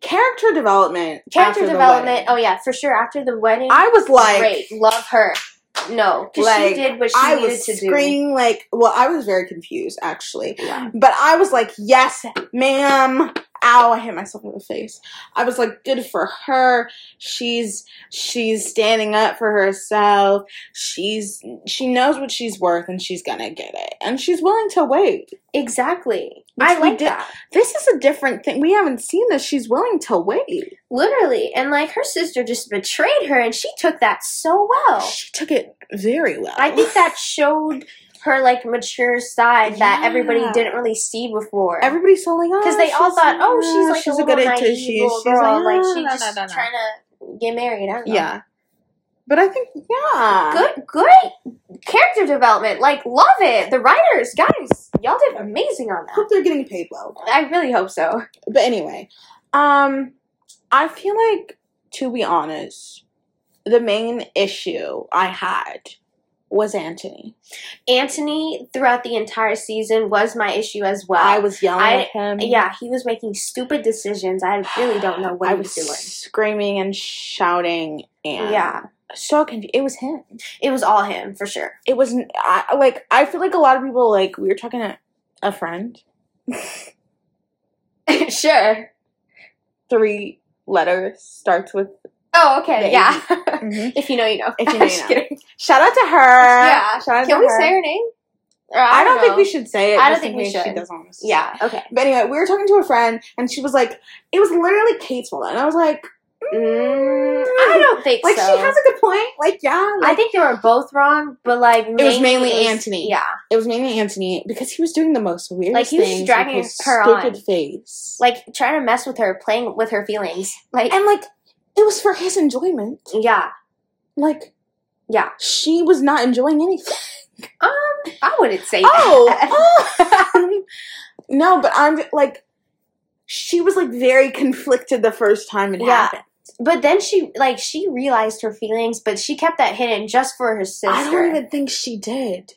Character development. Character after the development. wedding. Oh yeah, for sure. After the wedding, I was like, great, love her. No, because Like, she did what she I needed was to screaming like, well, I was very confused actually, do. Yeah. but I was like, yes, ma'am. Ow! I hit myself in the face. I was like, good for her. She's she's standing up for herself. She's she knows what she's worth, and she's gonna get it, and she's willing to wait. Exactly. Which I we like did- that. This is a different thing. We haven't seen this. She's willing to wait. Literally. And like her sister just betrayed her and she took that so well. She took it very well. Oh. I think that showed her like mature side that everybody Yeah. didn't really see before. everybody saw like because they all thought, oh, she's like a, little naive intuition. little girl, like, "Ah, she's no, just no, no, no. trying to get married. I don't know. Yeah, but I think yeah, good, great character development. Like, love it. The writers, guys, y'all did amazing on that. Hope they're getting paid well. I really hope so. But anyway, um, I feel like to be honest, the main issue I had was Anthony. Anthony, throughout the entire season, was my issue as well. I was yelling I- at him. yeah, he was making stupid decisions. I really don't know what I he was was doing. screaming and shouting and Yeah, so confused. It was him. it was all him for sure. it was I, like I feel like a lot of people like we were talking to a friend sure. three letters starts with Oh, okay. Maybe. yeah. if you know, you know. Uh, If you know, you Just know. kidding. shout out to her Mm-hmm. Yeah. shout out Can to we her. say her name? Or I don't, think know. we should say it I don't just think in we case she should. doesn't want us to say Yeah. Okay. it. but anyway we were talking to a friend and she was like it was literally Kate's fault and I was like Mm, I don't think like so. she has a good point like yeah I like think they were both wrong, but like mainly mainly is- Anthony. Yeah, it was mainly Anthony because he was doing the most weird Like, he was just things dragging with his her on. stupid face like trying to mess with her, playing with her feelings. Like, and like it was for his enjoyment yeah, like yeah. she was not enjoying anything. Um, I wouldn't say. that. Oh, oh. no, but I'm like, she was like very conflicted the first time it Yeah, happened. but then she like she realized her feelings, but she kept that hidden just for her sister. I don't even think she did.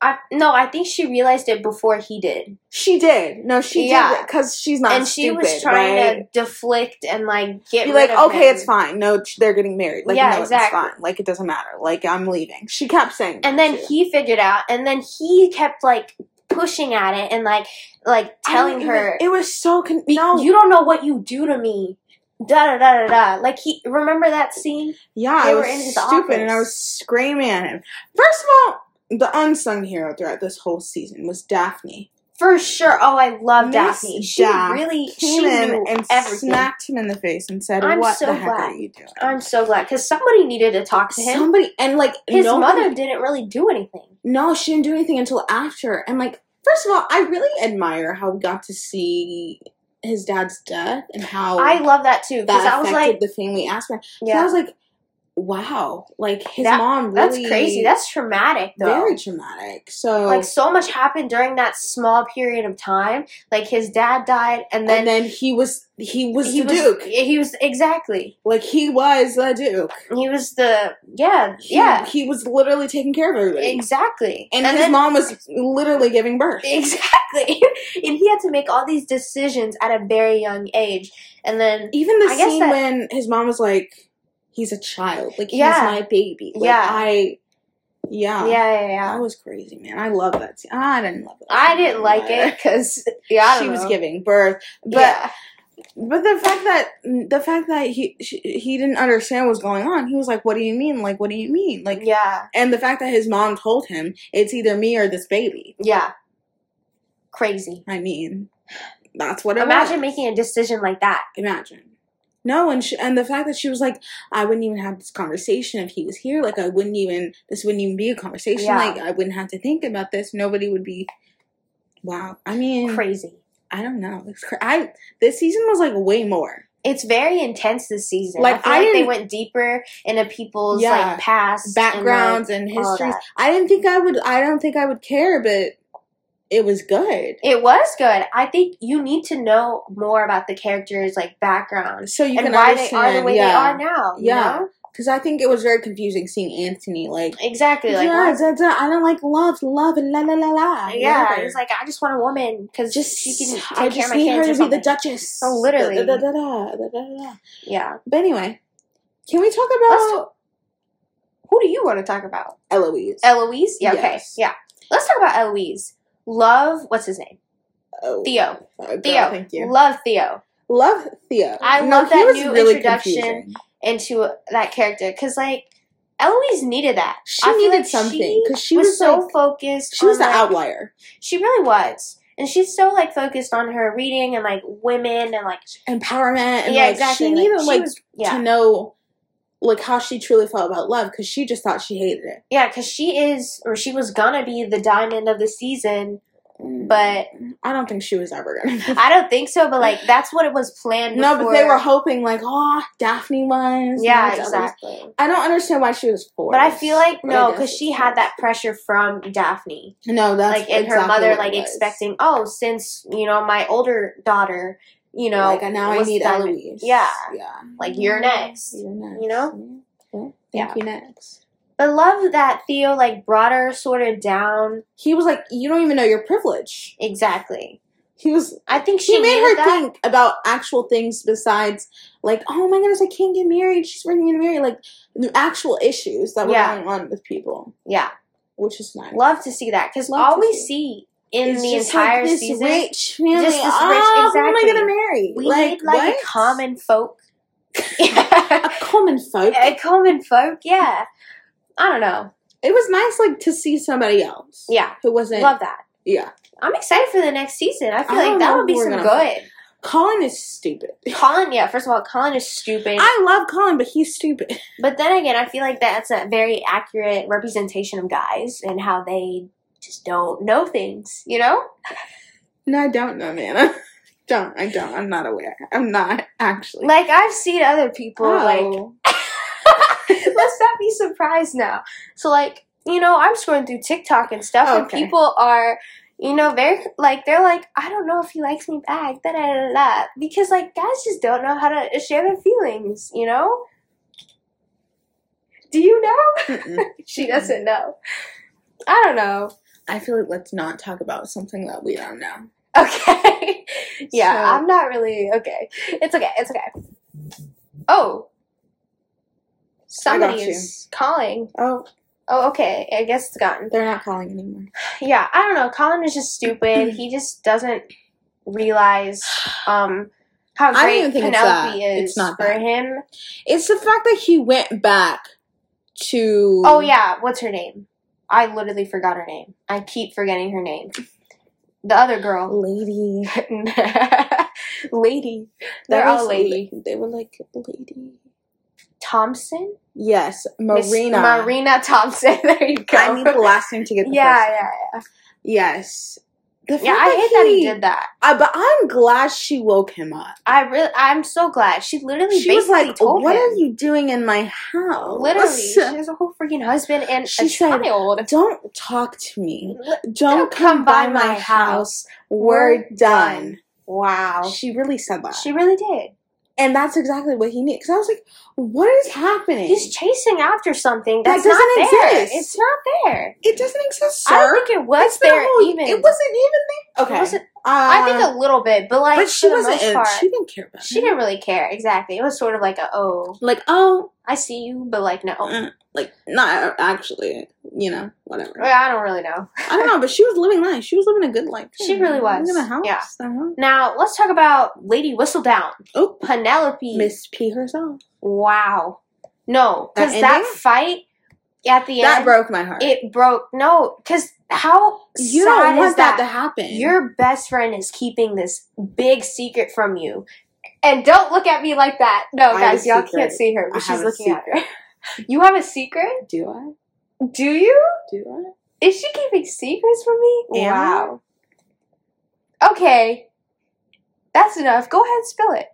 I- no, I think she realized it before he did, She did. No, she Yeah. did because she's not. and she was stupid, trying right? to deflect and like get Be rid like, of okay, him. it's fine. No, t- they're getting married. Like, Yeah, no, exactly. it's fine. Like, it doesn't matter. Like, I'm leaving. She kept saying. And that then too. he figured out, and then he kept like pushing at it and like like I don't telling even- her it was so con- Be- no. you don't know what you do to me. Da da da da da. Like he remember that scene? Yeah, They I were was in his stupid, and I office. was screaming at him. First of all, the unsung hero throughout this whole season was Daphne. For sure. Oh, I love Miss Daphne. She Daph really she Came in knew and everything. smacked him in the face and said, I'm "What so the heck are glad. you doing?" I'm so glad because somebody needed to talk to him. Somebody and like His no one- mother didn't really do anything. no, she didn't do anything until after. And like, first of all, I really admire how we got to see his dad's death and how I love that too because Oh, that I was like, affected the family aspect. Yeah, I yeah, was like, wow, like his That- mom that's really crazy. That's traumatic though. very traumatic. So like so much happened during that small period of time. Like his dad died, and then, and then he was he was he the was duke. he was exactly Like he was the duke. he was the yeah He- yeah he was literally taking care of everybody. exactly. And, his then- mom was literally giving birth. Exactly. and he had to make all these decisions at a very young age. And then, Even the I guess scene that- when his mom was like, "He's a child. Like Yeah. he's my baby. Like, Yeah. I, yeah, yeah, yeah, That yeah. was crazy, man. I love that scene. I didn't love it. I didn't like it because, yeah, I don't she was know. giving birth, but Yeah. but the fact that the fact that he she, he didn't understand what was going on. He was like, "What do you mean? Like, what do you mean? Like, yeah, And the fact that his mom told him, it's either me or this baby. yeah. Crazy. I mean, that's what it Imagine was. making a decision like that. Imagine. No, and she, and the fact that she was like, I wouldn't even have this conversation if he was here. Like, I wouldn't even, this wouldn't even be a conversation. Yeah. Like, I wouldn't have to think about this. Nobody would be, wow. I mean, Crazy. I don't know. It's cra- I, this season was like way more. It's very intense this season. Like, I feel I like they didn't- went deeper into people's Yeah. like past Backgrounds and, and, like, all histories. that. I didn't think I would, I don't think I would care, but it was good. It was good. I think you need to know more about the characters' like backgrounds So you and can why they understand. are the way yeah. they are now. Yeah. You know? Because I think it was very confusing seeing Anthony like, Exactly. Like, yeah, why- da, da, I don't like love, love, la la la la. Yeah, whatever. it's like I just want a woman because just just she can take care I of just my need kids. her to Or be something. the Duchess. Oh, literally. Da, da, da, da, da, da, da, da. yeah, But anyway, can we talk about Let's Who do you want to talk about? Eloise. Eloise? Yeah, okay. Yes. Yeah. Let's talk about Eloise. Love, what's his name? oh, Theo. uh, girl, Theo. Thank you. Love Theo Love Theo. I No, love he that was new really introduction. confusing. into that character because, like, Eloise needed that. She I feel needed like something because she was, so like, focused. she was on, the like- outlier, She really was. And she's so like focused on her reading and like women and like empowerment, and yeah like exactly she like, needed she like was- yeah to know like how she truly felt about love because she just thought she hated it. yeah because she is or she was gonna be the diamond of the season but Mm, I don't think she was ever gonna. I don't think so but like that's what it was planned no, but they before. were hoping like, oh, Daphne was. yeah not Daphne was." exactly I don't understand why she was forced. but I feel like but I no guess because she it's had forced. that pressure from Daphne No, that's like and her exactly mother what it like was. expecting oh since you know my older daughter you know like now I was need the diamond- Eloise. yeah yeah. Like, you're next, You're next. you know? Yeah. Well, Yeah. thank you next. but love that Theo like brought her sort of down He was like, you don't even know your privilege. exactly He was. I think she He made needed her that. think about actual things besides, like, oh my goodness, I can't get married. She's freaking getting married. Like the actual issues that were Yeah. going on with people, yeah which is nice. love to see that because Love to all we see. see in It's the just, entire like, this season, rich family. Just this rich- oh, who am I exactly. gonna marry? we need like what? a common folk. a common folk. a common folk, yeah. I don't know. It was nice, like, to see somebody else. Yeah, who wasn't. love that. Yeah, I'm excited for the next season. I feel I like don't that know would be who we're some gonna good. Colin is stupid. Colin, yeah. First of all, Colin is stupid, I love Colin, but he's stupid. but then again, I feel like that's a very accurate representation of guys and how they just don't know things. You know? No, I don't know, man. I don't. I don't. I'm not aware. I'm not actually. Like I've seen other people like Oh. Let's not be surprised now. So, like, you know, I'm scrolling through TikTok and stuff, Okay. and people are, you know, very, like, they're like, I don't know if he likes me back, da da da da. Because, like, guys just don't know how to share their feelings, you know? Do you know? Mm-mm. She doesn't know. I don't know. I feel like let's not talk about something that we don't know. Okay. yeah, So- I'm not really, okay. It's okay, it's okay. Oh. Somebody you. is calling. Oh, Oh, okay. I guess it's gotten. they're not calling anymore. yeah, I don't know. Colin is just stupid. he just doesn't realize um how don't great even think it's Penelope that. is It's not for that. him. It's the fact that he went back to. Oh yeah, what's her name? I literally forgot her name. I keep forgetting her name. The other girl, lady. lady. They're That all was- lady. They were like lady. Thompson, Yes, Miss Marina. Marina Thompson. There you go. I need the last name to get yeah, the first yeah, yeah. Yes. The Yeah, I hate that he did that. I, but I'm glad she woke him up. I really, I'm so glad. She literally She basically was like, told "What him. are you doing in my house?" Literally, she has a whole freaking husband and She a said- child. Don't talk to me. Li- Don't, come by my house. We're done. Wow, She really said that, Oh, she really did. and that's exactly what he needed. Because I was like, "What is happening? He's chasing after something That that's not doesn't there. exist. It's not there. it doesn't exist, I don't sir." think it was The there whole- even. It wasn't even there. It Okay, wasn't- Uh, I think a little bit, but like but she for the wasn't. most part, She didn't care about. she it. didn't really care. Exactly, it was sort of like a oh, like. Oh, I see you, but like no, uh, like not actually. You know, whatever. Well, I don't really know. I don't know, but she was living life. She was living a good life. too. She really was. Living in a house. Yeah. uh-huh. Now let's talk about Lady Whistledown, Oh, Penelope. Miss P herself. Wow. No, because That that ending? fight at the That end, broke my heart. it broke. No, because how you sad don't is want that? that, to happen. Your best friend is keeping this big secret from you. And don't look at me like that. No, I have guys, a y'all secret. can't see her, but I she's have a looking at her. you have a secret? do I? Do you? Do Is she keeping secrets from me? Am I? Wow. Okay. That's enough. Go ahead and spill it.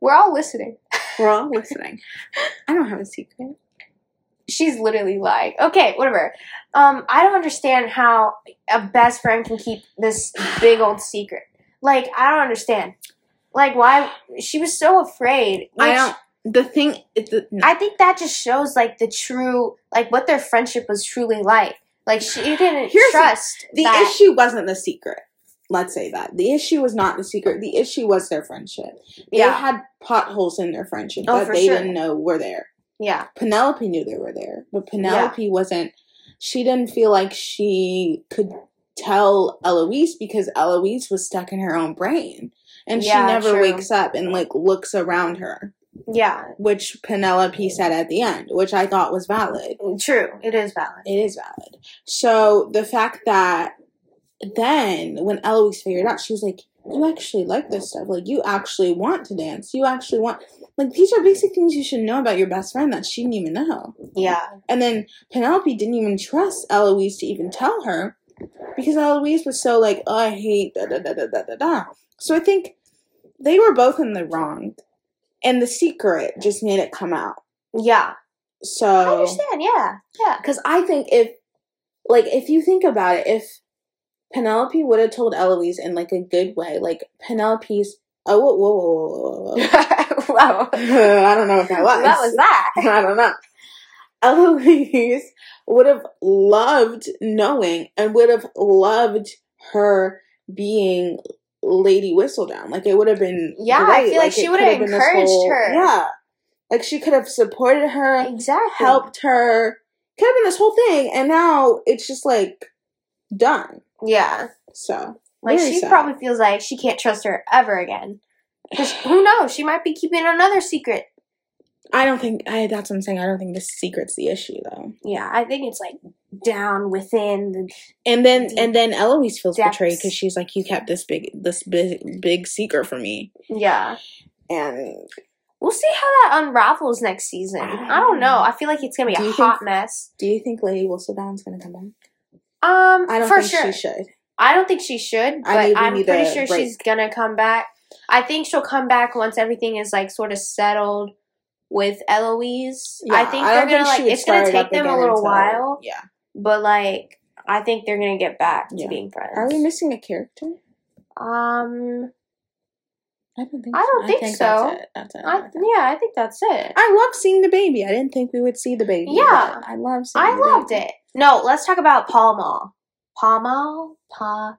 We're all listening. I? We're all listening. I don't have a secret. she's literally lying. Okay, whatever. Um, I don't understand how a best friend can keep this big old secret. Like, I don't understand. Like, why she was so afraid. I which don't. The thing. It, the, no. I think that just shows like the true, like what their friendship was truly like. Like she didn't Here's the- trust the that. issue wasn't the secret. Let's say that the issue was not the secret. The issue was their friendship. They Yeah. had potholes in their friendship Oh, that for they sure. didn't know were there. Yeah. Penelope knew they were there, but Penelope wasn't. She didn't feel like she could tell Eloise because Eloise was stuck in her own brain, and Yeah, she never true. wakes up and like looks around her, Yeah. which Penelope said at the end, which I thought was valid. True. It is valid. It is valid. So the fact that then when Eloise figured out, she was like, "You actually like this stuff. Like you actually want to dance. You actually want." Like these are basic things you should know about your best friend that she didn't even know. Yeah. And then Penelope didn't even trust Eloise to even tell her because Eloise was so like, oh, I hate da da da da da da da. So I think they were both in the wrong. And the secret just made it come out. Yeah. I So, understand. Yeah. Yeah. because I think if, like, if you think about it, if Penelope would have told Eloise in like a good way, like Penelope's, oh, whoa, whoa, whoa, whoa, whoa, whoa. wow. I don't know what that was. That was that. I don't know. Eloise would have loved knowing and would have loved her being Lady Whistledown. Like it would have been Yeah, I great. feel like she it would could have been this encouraged her. Yeah. Like she could have supported her, Exactly. helped her. Could have been this whole thing and now it's just like done. Yeah. So Like very she sad. probably feels like she can't trust her ever again. 'Cause who knows? She might be keeping another secret. I don't think I that's what I'm saying. I don't think the secret's the issue though. Yeah, I think it's like down within the And then Deep and then Eloise feels depths. betrayed because she's like, "You kept this big this big big secret from me." Yeah. And We'll see how that unravels next season. I don't know. I feel like it's gonna be Do a you hot think- mess. do you think Lady Whistledown's gonna come back? Um I don't for think sure. she should. I don't think she should, I but think we I'm need pretty a sure break. she's gonna come back. I think she'll come back once everything is like sort of settled with Eloise. I Yeah, think don't they're gonna she like would it's gonna start it take up them a again little until- while, Yeah. but like I think they're gonna get back to Yeah. being friends. Are we missing a character? um, I don't think. I don't think so. That's it. That's it. I, yeah, I think that's it. I love seeing the baby. I didn't think we would see the baby. Yeah. but I love. Seeing I the loved baby. it. No, let's talk about Pall Mall. Pall Mall, pa,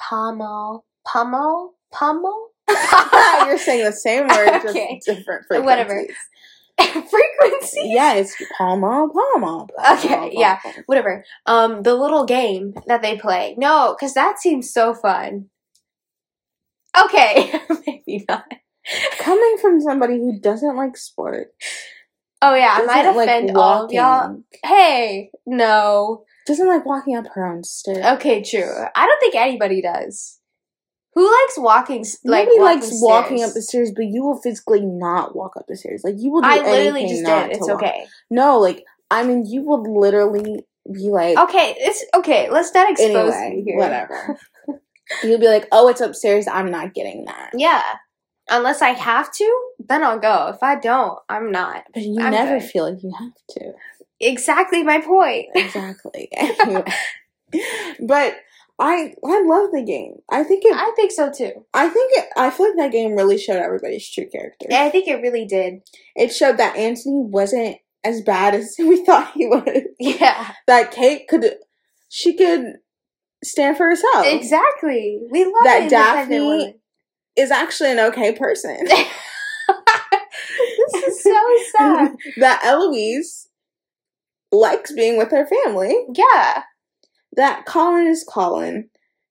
Pall Mall, Pall Mall, Pall Mall. Ah, You're saying the same word, just Okay. different frequencies. Whatever. Frequency. Yeah, it's palm mall, palm mall. Okay, yeah. whatever. Um, the little game that they play. No, because that seems so fun. Okay, maybe not. Coming from somebody who doesn't like sports. Oh yeah, I doesn't might offend all of y'all. walking- Hey, no. Doesn't like walking up her own stairs. Okay, true. I don't think anybody does. Who likes walking? s- Like Nobody walking likes walking stairs? up the stairs, but you will physically not walk up the stairs. Like you will. Do I literally anything just not did. to It's walk- okay. No, like I mean, you will literally be like, Okay, it's okay. Let's not expose anyway, me here. whatever. You'll be like, oh, it's upstairs. I'm not getting that. Yeah. Unless I have to, then I'll go. If I don't, I'm not. But you I'm never good. feel like you have to. Exactly my point. Exactly. Anyway. but I I love the game. I think it. I, I think so too. think it. I feel like that game really showed everybody's true character. Yeah, I think it really did. it showed that Anthony wasn't as bad as we thought he was. Yeah, That Kate could, she could stand for Oh. herself. exactly. We love That independent Daphne- women. Is actually an okay person. This is so sad. that Eloise likes being with her family. yeah, That Colin is Colin.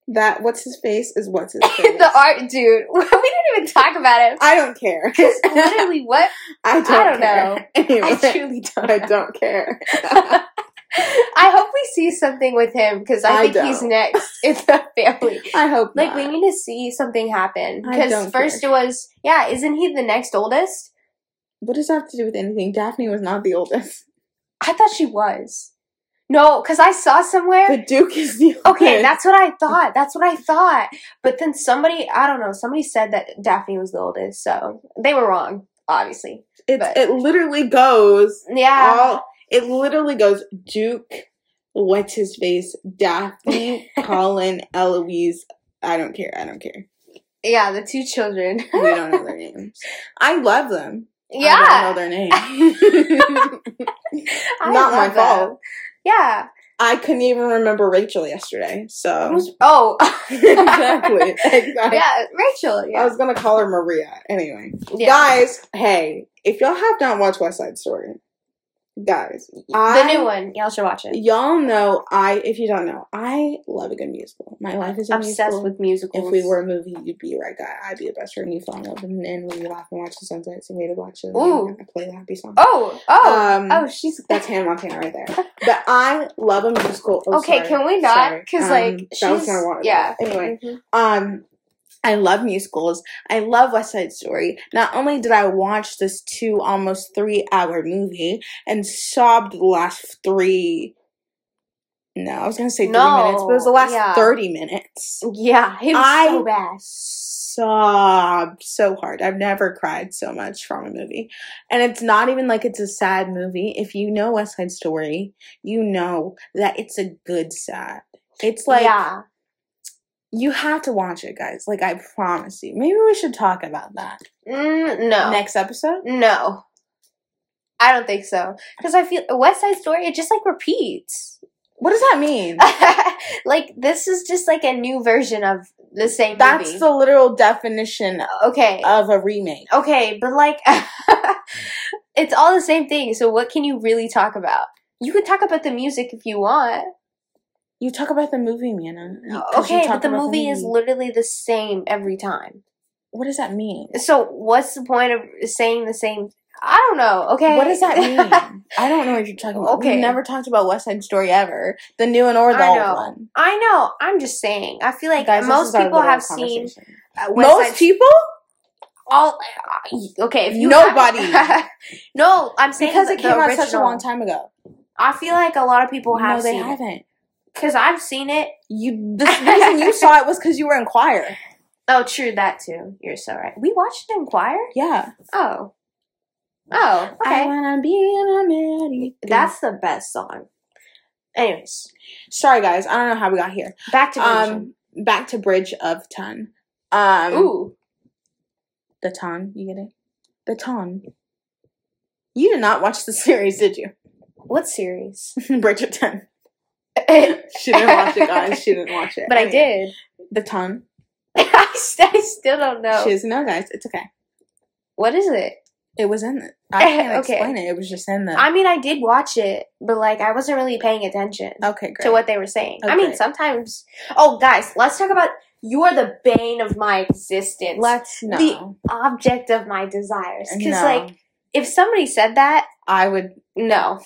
That what's his face is what's his face. the art dude. We didn't even talk about it. I don't care. It's literally what I don't, I don't care. know. Anyway, I truly don't. I don't care. I hope we see something with him because I, I think he's don't. next in the family. I hope Like we not. need to see something happen I because don't first it was yeah, isn't he the next oldest? What does that have to do with anything? Daphne was not the oldest. I thought she was. No, because I saw somewhere The Duke is the oldest. Okay, that's what I thought. That's what I thought. But then somebody, I don't know, somebody said that Daphne was the oldest, so they were wrong, obviously. It's, But- it literally goes Yeah. all. It literally goes Duke, what's his face, Daphne, Colin, Eloise. I don't care. I don't care. Yeah, the two children. We don't know their names. I love them. I yeah. don't know their names. I Not my love them. fault. Yeah. I couldn't even remember Rachel yesterday. So Who's- Oh. Um, exactly. exactly. Yeah, Rachel. I Yeah. was gonna call her Maria. Anyway, yeah. guys, hey, if y'all have not watched West Side Story, guys. the new one. Y'all should watch it. Y'all know I. If you don't know, I love a good musical. My life is a Obsessed musical. with musicals. if we were a movie, you'd be right guy. I'd be the best friend you fall in love with, and then we laugh and watch the sunset. So we had to watch it. Ooh. and I play the happy song. Oh, oh, Um, oh, she's That's Hannah Montana right there. But I love a musical. Oh, Okay, sorry. can we not? Sorry. 'Cause, Um, like, that was she's- my water. yeah. Anyway, Mhm. um, I love musicals. I love West Side Story. Not only did I watch this two, almost three hour movie and sobbed the last three. No, I was gonna say three No, minutes, but it was the last yeah. thirty minutes. yeah. It was I- so bad. Sobbed so hard. I've never cried so much from a movie, and it's not even like it's a sad movie. If you know West Side Story, you know that it's a good sad. It's like yeah, you have to watch it, guys. Like I promise you. Maybe we should talk about that mm, no, next episode. no. I don't think so because I feel West Side Story. It just like repeats. What does that mean? Uh, like this is just like a new version of the same That's Uh, movie. the literal definition okay. of a remake. okay, but like it's all the same thing. So what can you really talk about? You could talk about the music if you want. You talk about the movie, Miana. You- 'cause you Okay, but talk the about movie is literally the same every time. What does that mean? So what's the point of saying the same? I don't know. Okay, What does that mean? I don't know what you're talking about. Okay. We've never talked about West Side Story ever. The new one or the I old know. one. I know. I'm just saying. I feel like Guys, this most is our people literal have seen conversation. uh, West Most Side- people? all. uh, Okay, if you Nobody. no, I'm saying Because the- it came the out such a original. long time ago. I feel like a lot of people have No, they seen it haven't. because I've seen it. You the reason you saw it was because you were in choir. Oh, true that too. You're so right. We watched it in choir. Yeah. Oh, oh, I okay. wanna be an American. That's the best song. Anyways, sorry, guys. I don't know how we got here. back to Vision. Um, back to Bridge of Ton. Um, Ooh, the Ton. You get it? The Ton. You did not watch the series, did you? what series? Bridge of Ton. but She didn't watch it, guys. She didn't watch it. I Anyway, did. The Ton. I st- I still don't know. She doesn't know, guys. It's okay. What is it? It was in the. I can't Okay. explain it. It was just in the. I mean, I did watch it, but like I wasn't really paying attention okay, great. to what they were saying. Oh, I mean, great. sometimes. Oh, guys, let's talk about. You are the bane of my existence. Let's no. object of my desires. Because, No. like, if somebody said that, I would. no.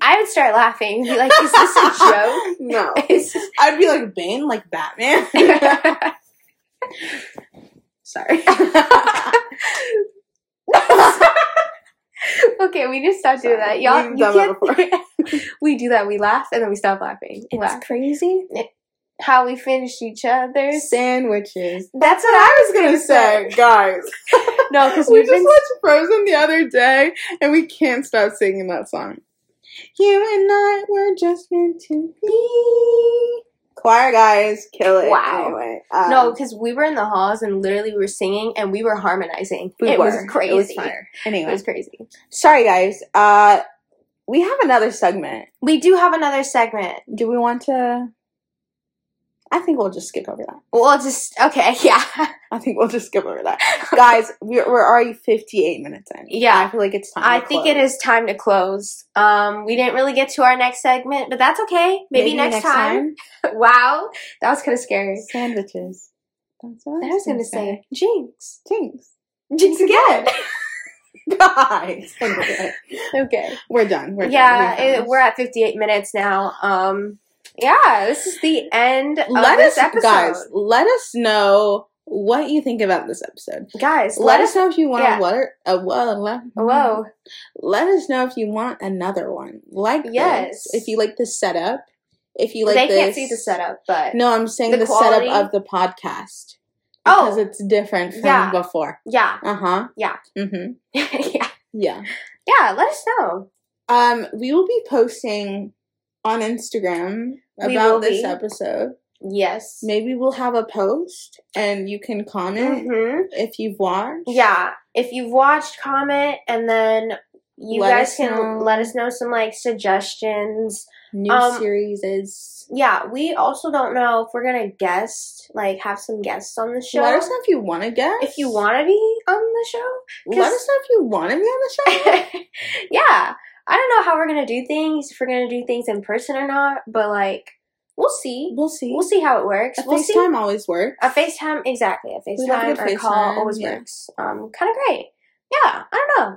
I would start laughing and be like, is this a joke? no. Is- I'd be like Bane, like Batman. Sorry. okay, we just stop doing that. Sorry. Y'all, you We've done that can't. we do that. We laugh and then we stop laughing. We laugh. crazy. How we finish each other's. Sandwiches. That's what I I was gonna say, guys. No, because we we've just been. watched Frozen the other day, and we can't stop singing that song. You and I were just meant to be. Choir guys, kill it. Wow. Anyway, um, No, because we were in the halls and literally we were singing and we were harmonizing. we it were. was crazy. It was fire. Anyway, It was crazy. sorry guys. Uh, we have another segment. We do have another segment. Do we want to? I think we'll just skip over that. Well, just okay, yeah, I think we'll just skip over that. Guys, we're, we're already 58 minutes in. Yeah. I feel like it's time. I to think close. it is time to close. Um, we didn't really get to our next segment, but that's okay. Maybe, next, time. wow, that was kind of scary. Sandwiches. That's what I was gonna say jinx, Jinx. jinx again. Guys. Okay. okay, We're done. We're yeah, done. it, we're at fifty-eight minutes now. Um, yeah, this is the end. Of Let this us, episode. guys, let us know what you think about this episode. guys, Let, us know if you want yeah. a water. A, whoa, le- Whoa, Let us know if you want another one. Like Yes. this. If you like the setup. If you like they this. can't see the setup, but No, I'm saying The the, quality? setup of the podcast. Oh. Because it's different from Yeah. before. yeah, Uh huh. Yeah. Mm-hmm. yeah, Yeah. yeah. Let us know. Um, we will be posting on Instagram We will about this be. episode. Yes. Maybe we'll have a post and you can comment hmm if you've watched. Yeah. If you've watched, comment, and then you Let guys us can know. let us know some like suggestions. New Um, series is. Yeah, we also don't know if we're gonna guest, like have some guests on the show. Let us know if you want to guess. if you want to be on the show. Let us know if you want to be on the show. yeah. I don't know how we're gonna do things. If we're gonna do things in person or not, but like we'll see. We'll see. We'll see how it works. a we'll see. FaceTime always works. A FaceTime, exactly. A We love a FaceTime good or call FaceTime, always yeah. works. Um, kind of great. Yeah, I don't know.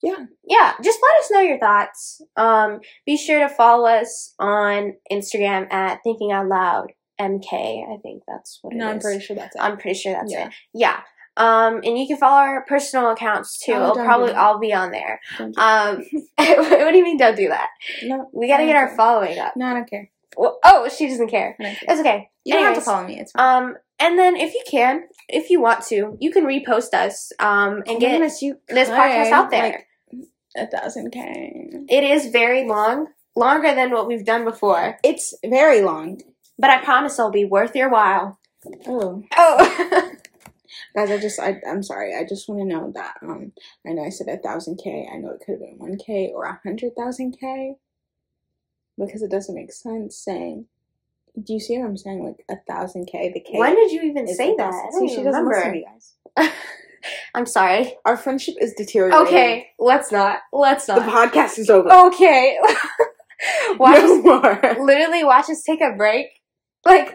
Yeah. Yeah, just let us know your thoughts. Um, be sure to follow us on Instagram at Thinking Out Loud MK. I think that's what it is. No, I'm pretty sure that's it. I'm pretty sure that's Yeah. it. Yeah. Um, and you can follow our personal accounts too. Oh, It'll don't do probably that. all be on there. Don't do- Um, what do you mean? Don't do that. no, We gotta get our Okay. following up. no, I don't care. Well, oh, she doesn't care. I don't care. It's okay. You don't have to anyways. follow me. It's fine. Um, and then if you can, if you want to, you can repost us. Um, and get Goodness, you this podcast could, out there. like, a thousand K. it is very long, longer than what we've done before, It's very long. but I promise it'll be worth your while. Oh, Oh, guys, I just, I, I'm sorry. I just want to know that. Um, I know I said a thousand K. I know it could have been one K or a hundred thousand K, because it doesn't make sense saying. Do you see what I'm saying? Like a thousand K, the K. when did you even is say a that? thousand. I don't See, she even doesn't listen to remember. you guys. I'm sorry. Our friendship is deteriorating. Okay, Oh, let's not. Let's The not. podcast is over. Okay. watch no us, more. literally watch us take a break, like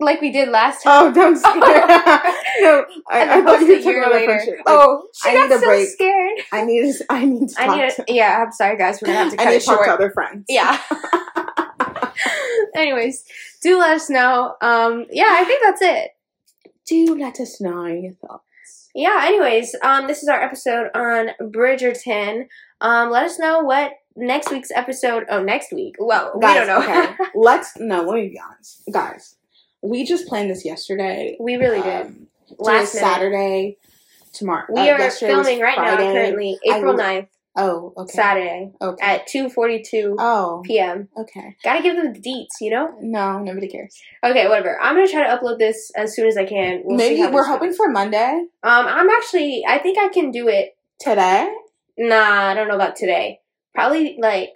like we did last time. Oh, don't scare. no, I, and I then thought post you a were talking year about our later. friendship. Like, oh, she I got need a so break. scared. I need. I need to talk. I need. to, To, yeah, I'm sorry, guys. We're gonna have to cut I need it to talk short. to other friends. Yeah. Anyways, do let us know. Um, yeah, I think that's it. Do let us know your thoughts. Yeah. Anyways, um, this is our episode on Bridgerton. Um, let us know what next week's episode. Oh, next week. Well, we don't know. okay. Let's no. Let me be honest, guys. We just planned this yesterday. we really did. Um, Last today's minute. Saturday. Tomorrow. We uh, are yesterday was filming right now, Friday. currently I April will- 9th, Oh, okay. Saturday Okay. at two forty two oh, p.m. okay. Gotta give them the deets, you know? No, nobody cares. Okay, whatever. I'm gonna try to upload this as soon as I can. We'll see Maybe how we're this hoping goes. for Monday Um, I'm actually. I think I can do it today, Nah, I don't know about today. Probably like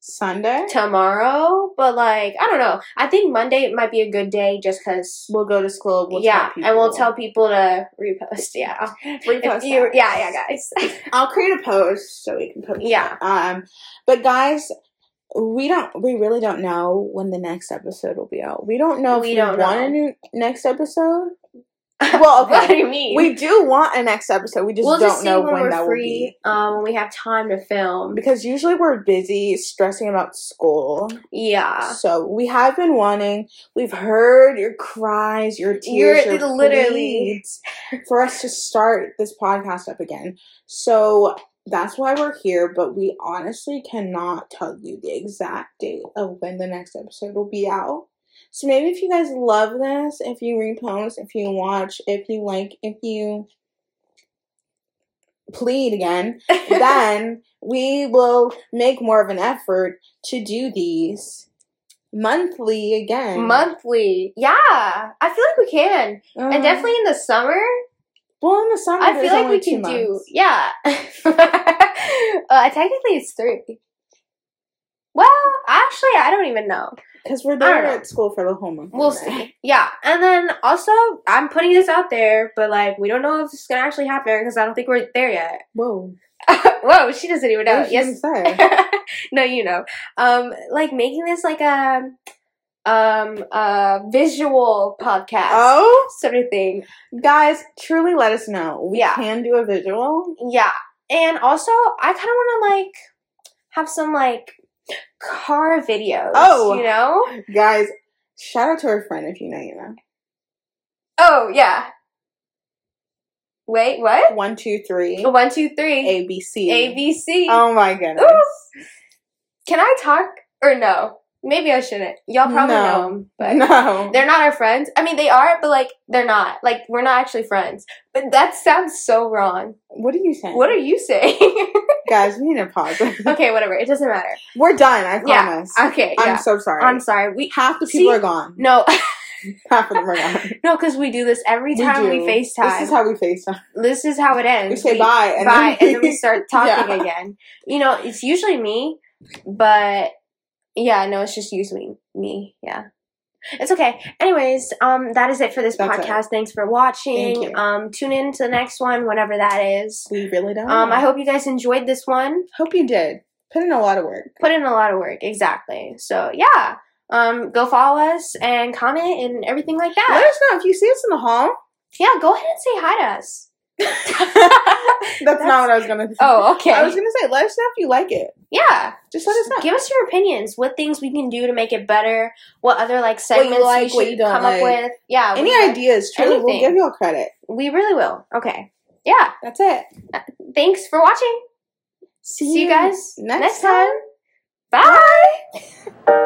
Sunday. tomorrow, but like I don't know. I think Monday might be a good day just because. We'll go to school. We'll yeah, tell and we'll people. tell people to repost. Yeah, I'll- Repost if you, that. yeah, yeah, guys. I'll create a post so we can post. Yeah. it. Um, but guys, we don't. We really don't know when the next episode will be out. We don't know if We we, don't want know. a new next episode. Well, okay. what do you mean? We do want a next episode. We just we'll don't just see know when, when, we're that free. Um, when we have time to will be. film. Because usually we're busy stressing about school. Yeah, So we have been wanting. We've heard your cries, your tears, You're- your literally. pleads for us to start this podcast up again. So that's why we're here. But we honestly cannot tell you the exact date of when the next episode will be out. So maybe if you guys love this, if you repost, if you watch, if you like, if you plead again, then we will make more of an effort to do these monthly again. monthly. Yeah, I feel like we can, Uh, and definitely in the summer. Well, in the summer, I feel like we can do. Yeah. uh, technically, it's three. Well, actually, I don't even know. because we're don't there know. at school for the whole month. We'll see. Yeah, and then also, I'm putting this out there, but like, we don't know if it's gonna actually happen because I don't think we're there yet. Whoa! Whoa, she doesn't even know. What did you Yes. say? no, you know. Um, like making this like a um a visual podcast oh, sort of thing. guys, truly let us know. We Yeah. can do a visual. Yeah. And also, I kind of want to like have some like car videos. Oh. You know? Guys, shout out to our friend if you know you know. Oh, yeah. Wait, what? One, two, three. One, two, three. A B C. ABC. Oh my goodness. Ooh. Can I talk or no? Maybe I shouldn't. Y'all probably No. know 'em, but no. they're not our friends. I mean, they are, but like they're not. Like we're not actually friends. But that sounds so wrong. What are you saying? What are you saying? Guys, we need to pause. okay, whatever. It doesn't matter. We're done, I Yeah, promise. Okay, I'm yeah. so sorry. I'm sorry. We Half the people See? are gone. no. Half of them are gone. No, because we do this every time we, do. FaceTime. This is how we FaceTime. how it ends. We say bye and bye, then and then we start talking Yeah. again. You know, it's usually me, but yeah, no, it's just usually me. Yeah. It's okay. Anyways, um, that is it for this That's it. podcast. Thanks for watching. Thank you. Um, tune in to the next one, whenever that is. we really don't. Um, I hope you guys enjoyed this one. hope you did. Put in a lot of work. Put in a lot of work, exactly. So yeah, um, go follow us and comment and everything like that. Let us know if you see us in the hall. Yeah, go ahead and say hi to us. That's, not what I was gonna. oh, okay. I was gonna say, let us know if you like it. yeah, Just let us know. give us your opinions. What things we can do to make it better? What other like segments like, we what should you don't come up like. with? Yeah, Any we, ideas? Truly, we'll anything. give y'all credit. we really will. Okay. Yeah. That's it. Thanks for watching. See you guys next next time. Bye.